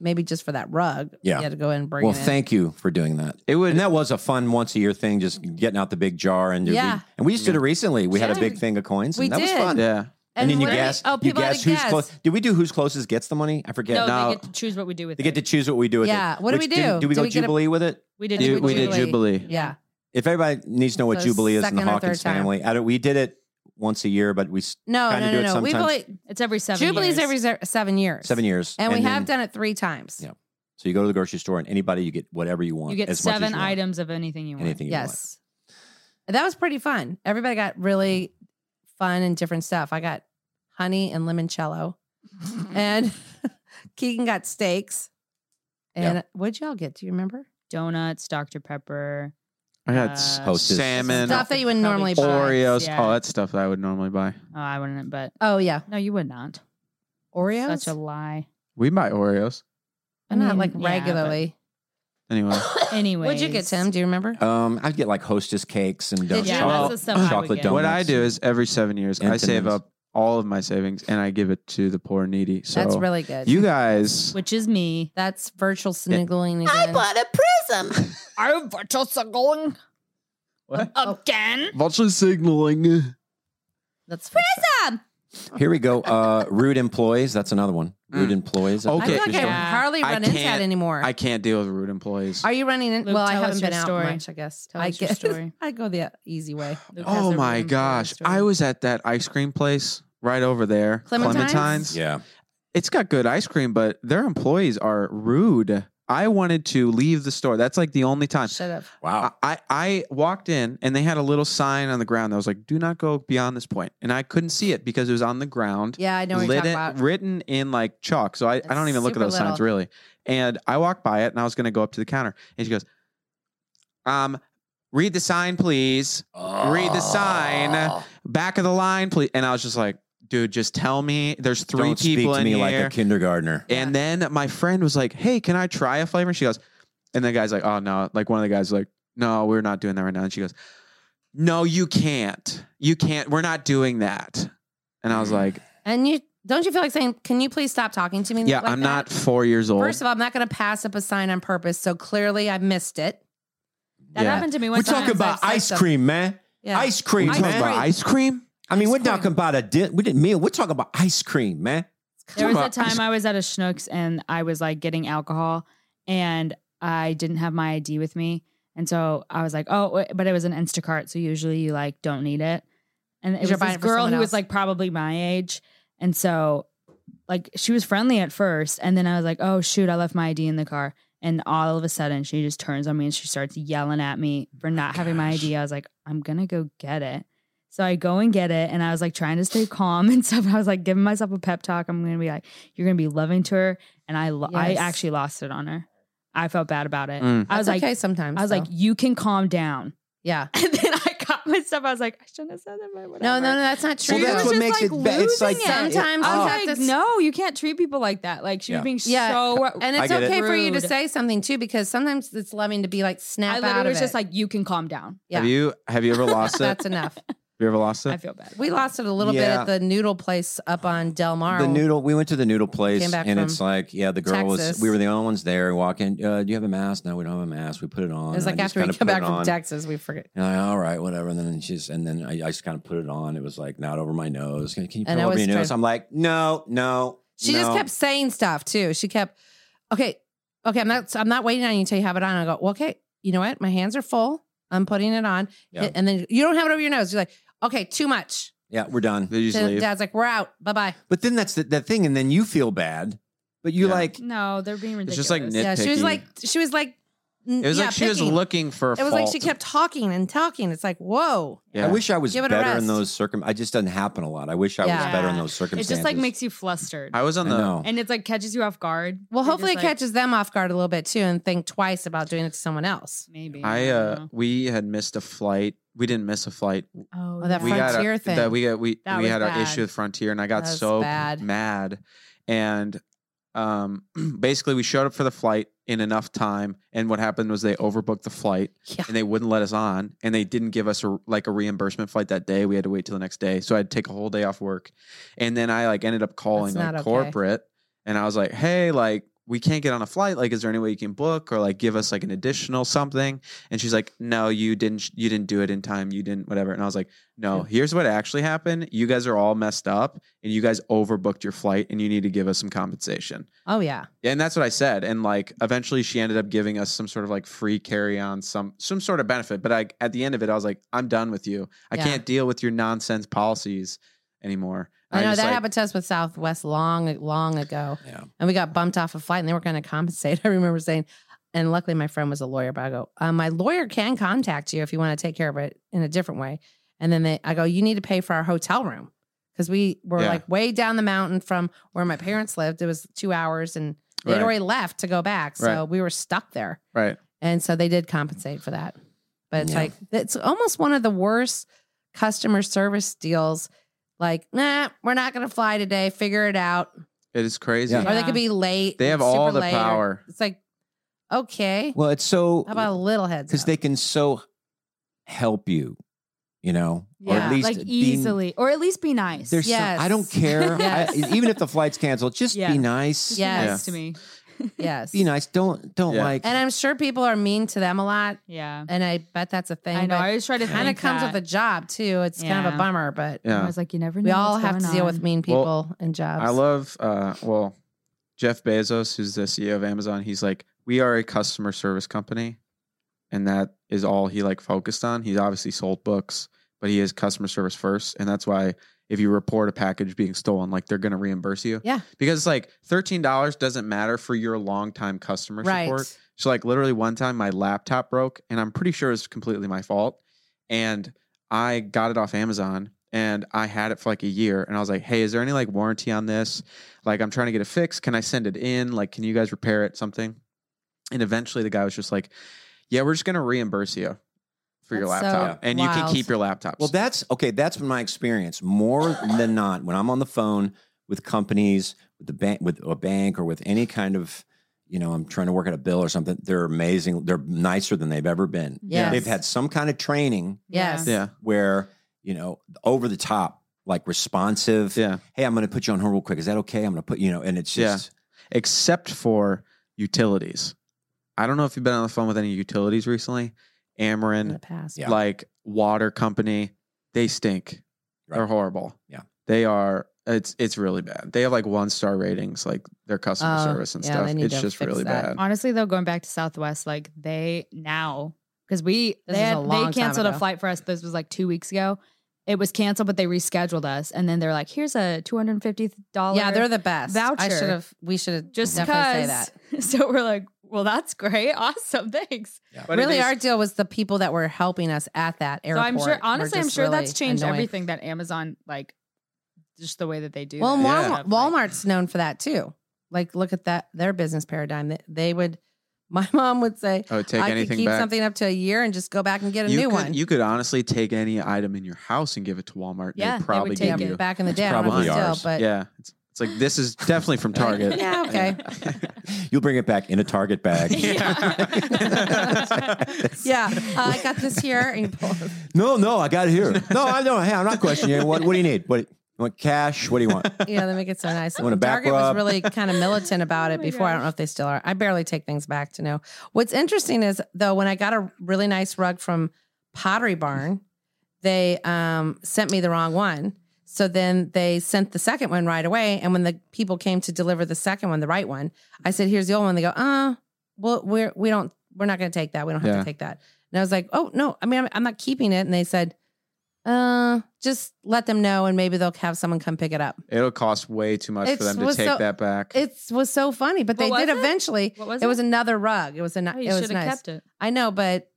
maybe just for that rug.
Yeah.
you had to go in and bring
Well,
it. in.
thank you for doing that.
It would,
and that was a fun once a year thing, just getting out the big jar and
Yeah.
We, and we just did it recently. We had a
Yeah.
big thing of coins. And
We
that
did.
was fun.
Yeah.
And, then you
when-
guess.
Oh,
you
people
guess
had to
who's
guess.
close. Did we do who's closest gets the money? I forget.
no, they get to choose what we do with
They
it.
get to choose what we do with
Yeah,
it.
what do we
Which- Did,
do?
we
Do
go
we get a-
Jubilee with it?
we did.
Ju-
it with
we did
Jubilee.
Jubilee.
Yeah.
If everybody needs to know what
So
Jubilee is in
second
the
or
Hawkins
third time.
family, I don't, we did it once a year, but we s-
No,
kinda
no,
do
no,
it
no. We've
sometimes.
only
It's every seven
Jubilee's
years.
every se- seven years.
seven years.
And, we
then-
have done it three times.
Yeah. So you go to the grocery store and anybody, you get whatever you want.
You get
as much as
seven
you want,
items of anything you want.
Anything you want.
Yes. That was pretty fun. Everybody got really fun and different stuff. I got honey and
[laughs]
limoncello. and Keegan got steaks. And what'd y'all get? Do you remember?
Donuts, Dr. Pepper.
I got
Uh,
s-
Hostess.
salmon,
Stuff that you wouldn't normally
Probably
buy.
Oreos,
Yeah.
all that stuff that I would normally buy.
Oh, I wouldn't, but
Oh yeah.
no, you would not.
Oreos?
Such a lie.
We buy Oreos
I
Not
mean,
like
Mm, yeah, but [coughs]
regularly.
anyway.
Anyway,
What'd you get, Tim? Do you remember?
[laughs] Um, I'd get like hostess cakes and donuts,
you?
chocolate,
That's the stuff I would
chocolate
get.
donuts.
What I do is every seven years, I save
Intimus.
up all of my savings and I give it to the poor and needy. So
That's really good.
you
[laughs]
guys,
Which is me.
That's virtual sniggling again.
a prism.
I'm virtual singling
what?
again.
Vulture signaling.
That's prism.
Here we
[laughs]
go. Uh, rude employees. That's another one. Rude employees.
Mm. Okay.
I feel like I
Yeah.
hardly
I
run into
can't-
that anymore.
I can't deal with rude employees.
Are you running in?
Luke,
well, I
tell
haven't
us your
been out
story.
much, I guess.
Tell
I
us your
guess-
[laughs] story.
I go the easy way.
Luke has
oh
a
my
room for
gosh.
story.
I was at that ice cream place right over there.
Clementine's?
Yeah.
It's got good ice cream, but their employees are rude. I wanted to leave the store. That's like the only time.
Shut up.
Wow.
I, I walked in and they had a little sign on the ground that was like, do not go beyond this point. And I couldn't see it because it was on the ground.
Yeah, I know what you're
lit
talking
in-
about.
written in like chalk. So I, I don't
It's
even look at
super
those signs
little.
really. And I walked by it and I was going to go up to the counter. And she goes, um, read the sign, please. Read the sign. Back of the line, please. And I was just like, dude, just tell me there's 3
Don't speak
people
to
in
me
here.
like a kindergartner.
And then my friend was like, "Hey, can I try a flavor?" And she goes, and the guy's like, "Oh no!" Like one of the guys was like, "No, we're not doing that right now." And she goes, "No, you can't. You can't. We're not doing that." And
[sighs]
I was like,
And you don't you feel like saying, "Can you please stop talking to me?"
"Yeah,
like
I'm
that?
not four years old."
First of all, I'm not going to pass up a sign on purpose. So clearly, I missed it.
That
Yeah.
happened to me
We're
once.
talking about ice cream, man.
Yeah.
Ice cream,
we're talking
man.
about ice cream.
I mean, we're talking about a di- we didn't meal. We're talking about ice cream, man.
There
Talking
was a
about ice-
time I was at a Schnucks and I was like getting alcohol and I didn't have my ID with me. And so I was like, oh, wait, but it was an Instacart. So usually you like don't need it. And
Because
it was
you're
this
buying for
girl
someone
who
else.
was like probably my age. And so like she was friendly at first. And then I was like, oh, shoot, I left my ID in the car. And all of a sudden she just turns on me and she starts yelling at me
Oh
for not having my ID. I was like, I'm going to go get it. So I go and get it, and I was like trying to stay calm [laughs] and stuff. I was like giving myself a pep talk. I'm gonna be like, "You're gonna be loving to her," and I, lo- I
Yes.
actually lost it on her. I felt bad about it.
Mm.
I was
That's
like,
okay, sometimes
I was like,
though.
"You can calm down."
"Yeah."
[laughs] And then I got my stuff. I was like, "I shouldn't have said that." But whatever.
No, no, no. That's not true.
Well, that's
was
what
just,
makes
like,
it bad. It's like oh.
losing it.
Sometimes
I
you
was
have
like,
to s-
"No, you can't treat people like that." Like she
Yeah.
was being
Yeah.
so.
and
I
it's
get it.
okay for you to
Rude.
say something too, because sometimes it's loving to be like snap
I
out
literally
of
was
it.
just like, "You can calm down."
[laughs] yeah,
Have you have you ever lost it?
that's enough.
You ever lost it?
I feel bad.
We lost it a little
Yeah.
bit at the noodle place up on Del Mar.
The noodle. We went to the noodle place,
Came back
and
from
it's like, yeah, the girl was.
Texas.
We were the only ones there. We Walk in. Uh, do you have a mask? No, we don't have a mask. We put it on.
It
and
was like
I just
after we
kinda
come
put it
back from
on.
Texas, we forget.
And I, all right, whatever. And then she's, and then I, I just kind of put it on. It was like not over my nose. Can, can you put
And
it
I
over
was
your nose?
trying-
I'm like, no, no.
She just
no."
kept saying stuff too. She kept, okay, okay, I'm not, I'm not waiting on you until you have it on. I go, well, okay, you know what? My hands are full. I'm putting it on,
Yeah.
and then you don't have it over your nose. You're like, okay, too much.
Yeah, we're done.
They just
So Dad's like, we're out. Bye bye.
But then that's the, the thing, and then you feel bad, but you like.
No, they're being ridiculous.
It's just, like,
Yeah, she was
nitpicky.
like, she was like, n-
It was
yeah,
like she was
picking.
looking for a
It was like she
fault.
kept talking and talking. It's like, whoa.
I wish I was
Give it a
better in
rest.
those circum. I just doesn't happen a lot. I wish I was
Yeah.
better in those
It
circumstances.
just like makes you flustered.
I was on I the- know.
and it's like catches you off guard.
Well,
You're
hopefully it
just like,
catches them off guard a little bit too, and think twice about doing it to someone else.
Maybe.
I uh, we had missed a flight. We didn't miss a flight.
Oh,
that
we got
frontier
our,
thing.
That we got we
That
we
was
had our
bad.
issue with Frontier, and I got
That was
so
bad.
mad. And um, [clears throat] basically, we showed up for the flight in enough time, and what happened was they overbooked the flight, and they wouldn't let us on, and they didn't give us a, like a reimbursement flight that day. We had to wait till the next day, so I had to take a whole day off work, and then I like ended up calling
That's
like
not okay.
corporate, and I was like, hey, like. We can't get on a flight. Like, is there any way you can book or like give us like an additional something? And she's like, "No, you didn't. You didn't do it in time. You didn't whatever." And I was like, "No, here's what actually happened. You guys are all messed up, and you guys overbooked your flight, and you need to give us some compensation."
Oh yeah.
And that's what I said. And like, eventually, she ended up giving us some sort of like free carry on, some some sort of benefit. But I, at the end of it, I was like, "I'm done with you. I
Yeah.
can't deal with your nonsense policies anymore." And
I know
just,
that
like,
happened to us with Southwest long, long ago.
Yeah.
And we got bumped off a flight and they were going to compensate. [laughs] I remember saying, and luckily my friend was a lawyer, but I go, uh, my lawyer can contact you if you want to take care of it in a different way. And then they, I go, you need to pay for our hotel room because we were
Yeah.
like way down the mountain from where my parents lived. It was two hours and they'd
Right.
already left to go back. So
Right.
we were stuck there.
Right.
And so they did compensate for that. But it's
Yeah.
like, it's almost one of the worst customer service deals. Like, nah, we're not going to fly today. Figure it out.
It is crazy.
Or they could be late.
They have
super
all the
late, or-
power.
It's like, okay.
Well, it's so
How about little heads?
because they can so help you, you know, or at least
like
being-
easily, or at least be nice.
There's yes. I don't
[laughs]
[laughs]
care. I, even if the flight's canceled, just
Yeah.
be nice.
Just be nice to me.
[laughs] Yes.
Be nice. Don't don't
Yeah.
like.
And I'm sure people are mean to them a lot.
Yeah.
And I bet that's a thing.
I know, I always try to
Kind of
think
comes
that.
with a job too. It's kind of
Yeah.
a bummer, but
Yeah. I was
like, you never
We
know
all
what's
have to
going
deal with
on.
mean people
Well,
and jobs.
I love uh well Jeff Bezos, who's the CEO of Amazon, he's like, We are a customer service company. And that is all he like focused on. He's obviously sold books, but he is customer service first. And that's why if you report a package being stolen, like they're gonna reimburse you.
Yeah.
Because it's like thirteen dollars doesn't matter for your longtime customer
Right.
support. So like literally one time my laptop broke and I'm pretty sure it's completely my fault. And I got it off Amazon and I had it for like a year and I was like, "Hey, is there any like warranty on this? Like I'm trying to get it fixed. Can I send it in? Like can you guys repair it something?" And eventually the guy was just like, "Yeah, we're just going to reimburse you for your
That's so
laptop and you can
wild.
keep your laptops."
Well, that's okay. That's been my experience more than not when I'm on the phone with companies, with the bank, with a bank, or with any kind of, you know, I'm trying to work out a bill or something. They're amazing. They're nicer than they've ever been.
Yes.
they've had some kind of training.
Yes.
Yeah.
where you know over the top, like responsive.
Yeah.
Hey, I'm going to put you on hold real quick. Is that okay? I'm going to put you know, and it's
Yeah.
just
except for utilities. I don't know if you've been on the phone with any utilities recently. Ameren,
In the past. Yeah.
like water company, they stink. They're horrible.
Yeah.
They are. It's it's really bad. They have like one star ratings, like their customer
Oh,
service and
yeah,
stuff.
they need
It's
to
just
fix
really
that.
bad.
Honestly, though, going back to Southwest, like they now because we
This is
they,
a
had,
long
they
time
canceled
ago.
a flight for us. This was like two weeks ago. It was canceled, but they rescheduled us, and then they're like, "Here's a two hundred fifty dollars."
Yeah, they're the best.
Voucher.
I should have, we should have just
just
definitely say
because.
that.
[laughs] So we're like, "Well, that's great, [laughs] awesome, thanks."
But it
really,
is-
our deal was the people that were helping us at that
So
airport.
I'm
were
sure, honestly, I'm
just
sure
really
that's changed
annoying.
everything that Amazon like, just the way that they do.
Well,
that.
Walmart, Walmart's known for that too. Like, look at that their business paradigm. They, they would. [laughs] My mom would say,
Oh, take
I
anything
could keep
back."
something up to a year and just go back and get a
you
new
could,
one."
You could honestly take any item in your house and give it to Walmart.
Yeah, they
they
would
probably
take
give
it.
you
Back in the day, I don't know if they still, but-
yeah, it's, It's like this is definitely [laughs] from Target.
yeah,
[laughs]
[laughs] okay.
You'll bring it back in a Target bag.
yeah, uh, I got this here. And you pull it.
No, no, I got it here. No, I know. Hey, I'm not questioning you. What, what do you need? What, you want cash? What do you want?
[laughs] Yeah, they make it so nice.
Want a back
Target
rub?
was really kind of militant about it before. I don't know if they still are. I barely take things back to know. What's interesting is though, when I got a really nice rug from Pottery Barn, they um, sent me the wrong one. So then they sent the second one right away. And when the people came to deliver the second one, the right one, I said, "Here's the old one." They go, "Uh, well, we're we don't we're not going to take that. We don't have
Yeah.
to take that." And I was like, "Oh no, I mean, I'm, I'm not keeping it." And they said, "Uh, just let them know, and maybe they'll have someone come pick it up."
It'll cost way too much
It's-
for them to
was
take
so-
that back.
It was so funny, but they
What
did
was it?
eventually.
What was
it? was
it?
another rug. It was a. ni-
Oh, you
it was
should've
nice.
kept it.
I know, but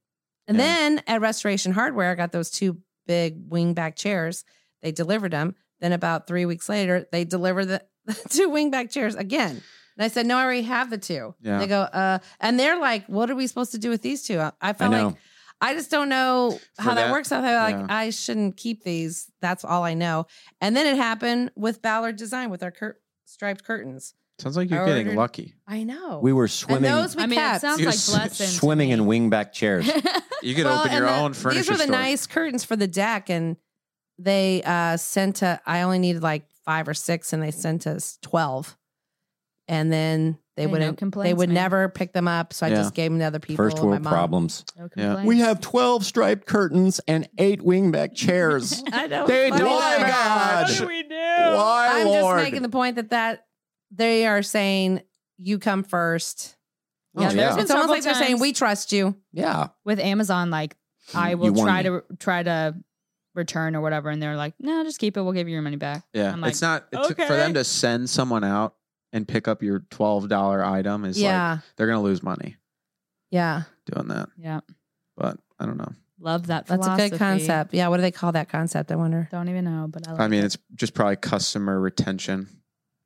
and then at Restoration Hardware, I got those two big wingback chairs. They delivered them. Then about three weeks later, they delivered the, [laughs] the two wingback chairs again. And I said, "No, I already have the two.
Yeah.
They go, "Uh," and they're like, "What are we supposed to do with these two? I, I felt
know.
like I just don't know how that,
that-
works. I thought like
yeah.
I shouldn't keep these. That's all I know. And then it happened with Ballard Design with our cur- striped curtains.
Sounds like
I
you're getting
ordered-
lucky.
I know.
We were swimming-
And those we
I mean, it
kept.
sounds
You're
like
s- [laughs]
blessing to [laughs]
Swimming in wingback
[laughs]
chairs.
You could
Well,
open
and
your
the-
own furniture
These were the
store.
nice curtains for the deck, and they uh, sent. A, I only needed like five or six, and they sent us twelve. And then they
Hey, no
wouldn't. they
complaints,
would
man.
never pick them up, so I
Yeah.
just gave them to other people.
First
my
world
mom.
problems.
complaints.
We have 12 striped curtains and eight wingback chairs.
I know.
They-
Funny
why,
number.
God? What do [laughs] we do? Why,
I'm
Lord?
just making the point that that they are saying you come first.
Oh, Yeah, there's yeah. been
It's almost
several
like they're saying
times-
we trust you.
yeah.
with Amazon, like I
You
will
won
try
me.
to try to return or whatever, and they're like, no, just keep it. We'll give you your money back.
Yeah,
I'm like,
it's not it's- for them to send someone out and pick up your twelve dollar item is
Yeah.
like they're gonna lose money
Yeah.
doing that.
Yeah.
But I don't know.
Love that.
That's a
philosophy.
good concept. Yeah. What do they call that concept? I wonder.
Don't even know, but I like
I mean, it's just probably customer retention.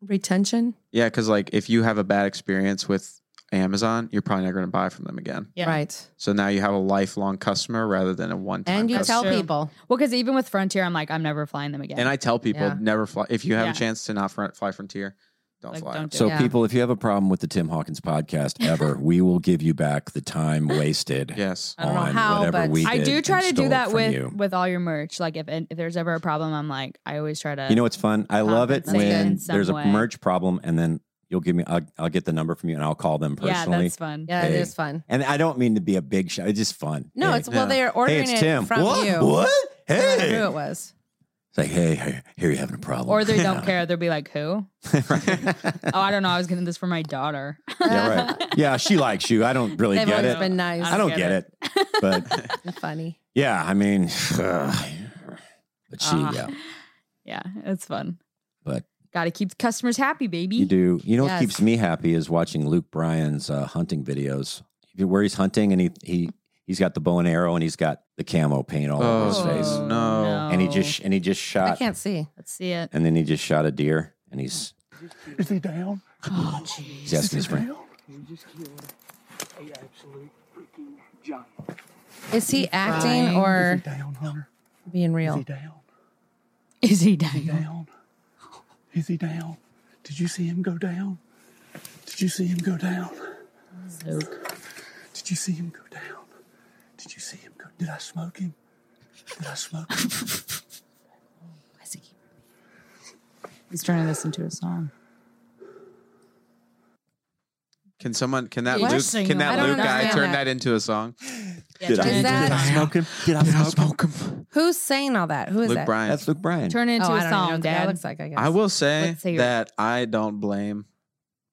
Retention.
Yeah, because like if you have a bad experience with Amazon, you're probably not going to buy from them again.
Yeah.
Right.
So now you have a lifelong customer rather than a one time.
people.
Well, because even with Frontier, I'm like, I'm never flying them again.
And I tell people
Yeah.
never fly. If you have
Yeah.
a chance to not front, fly Frontier, don't
Like,
fly.
don't
So, people, if you have a problem with the Tim Hawkins podcast ever, we will give you back the time wasted.
Yes.
I don't know
on
how,
whatever
but
we
I
did
do try
and
to
stole
do
it
that
from
with
you.
if all your merch. Like if if there's ever a problem, I'm like, I always try to.
You know what's fun? I love it
compensate in
when
some
there's a
way.
merch problem, and then you'll give me. I'll, I'll get the number from you, and I'll call them
Yeah,
personally.
that's fun.
Yeah, it
Hey.
is fun.
And I don't mean to be a big show. It's just fun.
No,
Hey.
it's well, they are ordering
hey,
it
it's Tim.
from
what?
you.
What?
I don't know
Hey,
who it was.
it's like hey, here, here you're having a problem, [laughs]
Or they don't care. They'll be like, who? [laughs] oh, I don't know. I was getting this for my daughter.
yeah, right. Yeah, she likes you. I don't really
They've
get
always
it.
been nice.
I don't get,
[laughs]
it. but
Funny.
yeah, I mean, [sighs] but [laughs] she,
Uh-huh.
yeah,
Yeah, it's fun.
but
Got to keep the customers happy, baby.
you do. You know what
Yes.
keeps me happy is watching Luke Bryan's uh, hunting videos, where he's hunting and he he he's got the bow and arrow and he's got the camo paint all over
Oh,
his face.
no.
and he just and he just
I
shot,
can't see.
Let's see it.
and then he just shot a deer, and he's
Is
[sighs]
he down? [sighs]
Oh,
he's asking his friend.
You just killed a absolute freaking giant.
Is he acting
Fine. Is
or
he down, Hunter?
being real?
Is he down?
Is he down?
Is he down? Is he down? Did you see him go down? Did you see him go down? Did you see him go down? Did you see him go? Did I smoke him? Did I smoke
[laughs]
him?
He's trying to listen to a song.
Can someone? Can that
Yeah,
Luke?
sing
Can
them. I
that
don't
Luke guy
understand
turn
that.
that into a song?
Did I- Is that-
smoke him? Did I smoke him?
Who's saying all that? Who is
Luke
that?
Bryan.
That's Luke Bryan.
Turn it into
Oh,
a
I don't even know
song,
what the guy
Dad.
looks like, I guess.
I will say
Let's hear it.
that I don't blame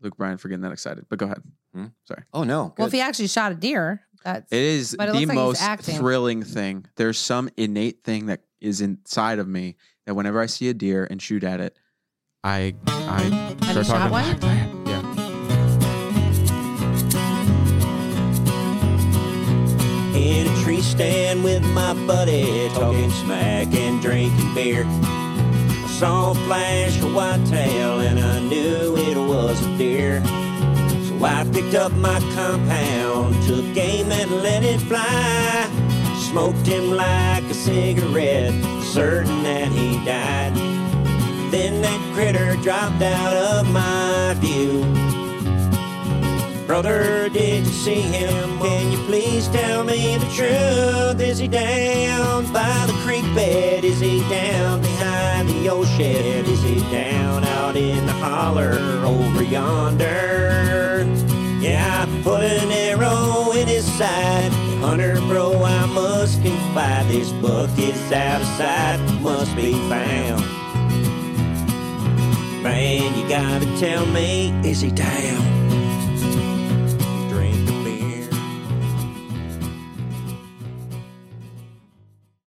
Luke Bryan for getting that excited. But go ahead.
Hmm?
Sorry.
Oh no.
Well, if he actually shot a deer, that's
It is
But it
the
looks like he's
most
acting.
thrilling thing. There's some innate thing that is inside of me that whenever I see a deer and shoot at it, I I
Have you
start
shot
talking.
one?
Yeah.
In a tree stand with my buddy, talking smack and drinking beer. I saw a flash of whitetail and I knew it was a deer. So I picked up my compound, took aim and let it fly. Smoked him like a cigarette, certain that he died. Then when that critter dropped out of my view. Brother, did you see him? Can you please tell me the truth? Is he down by the creek bed? Is he down behind the old shed? Is he down out in the holler over yonder? Yeah, I put an arrow in his side. Hunter, bro, I must confide. This buck is out of sight, must be found. Man, you gotta tell me, is he down?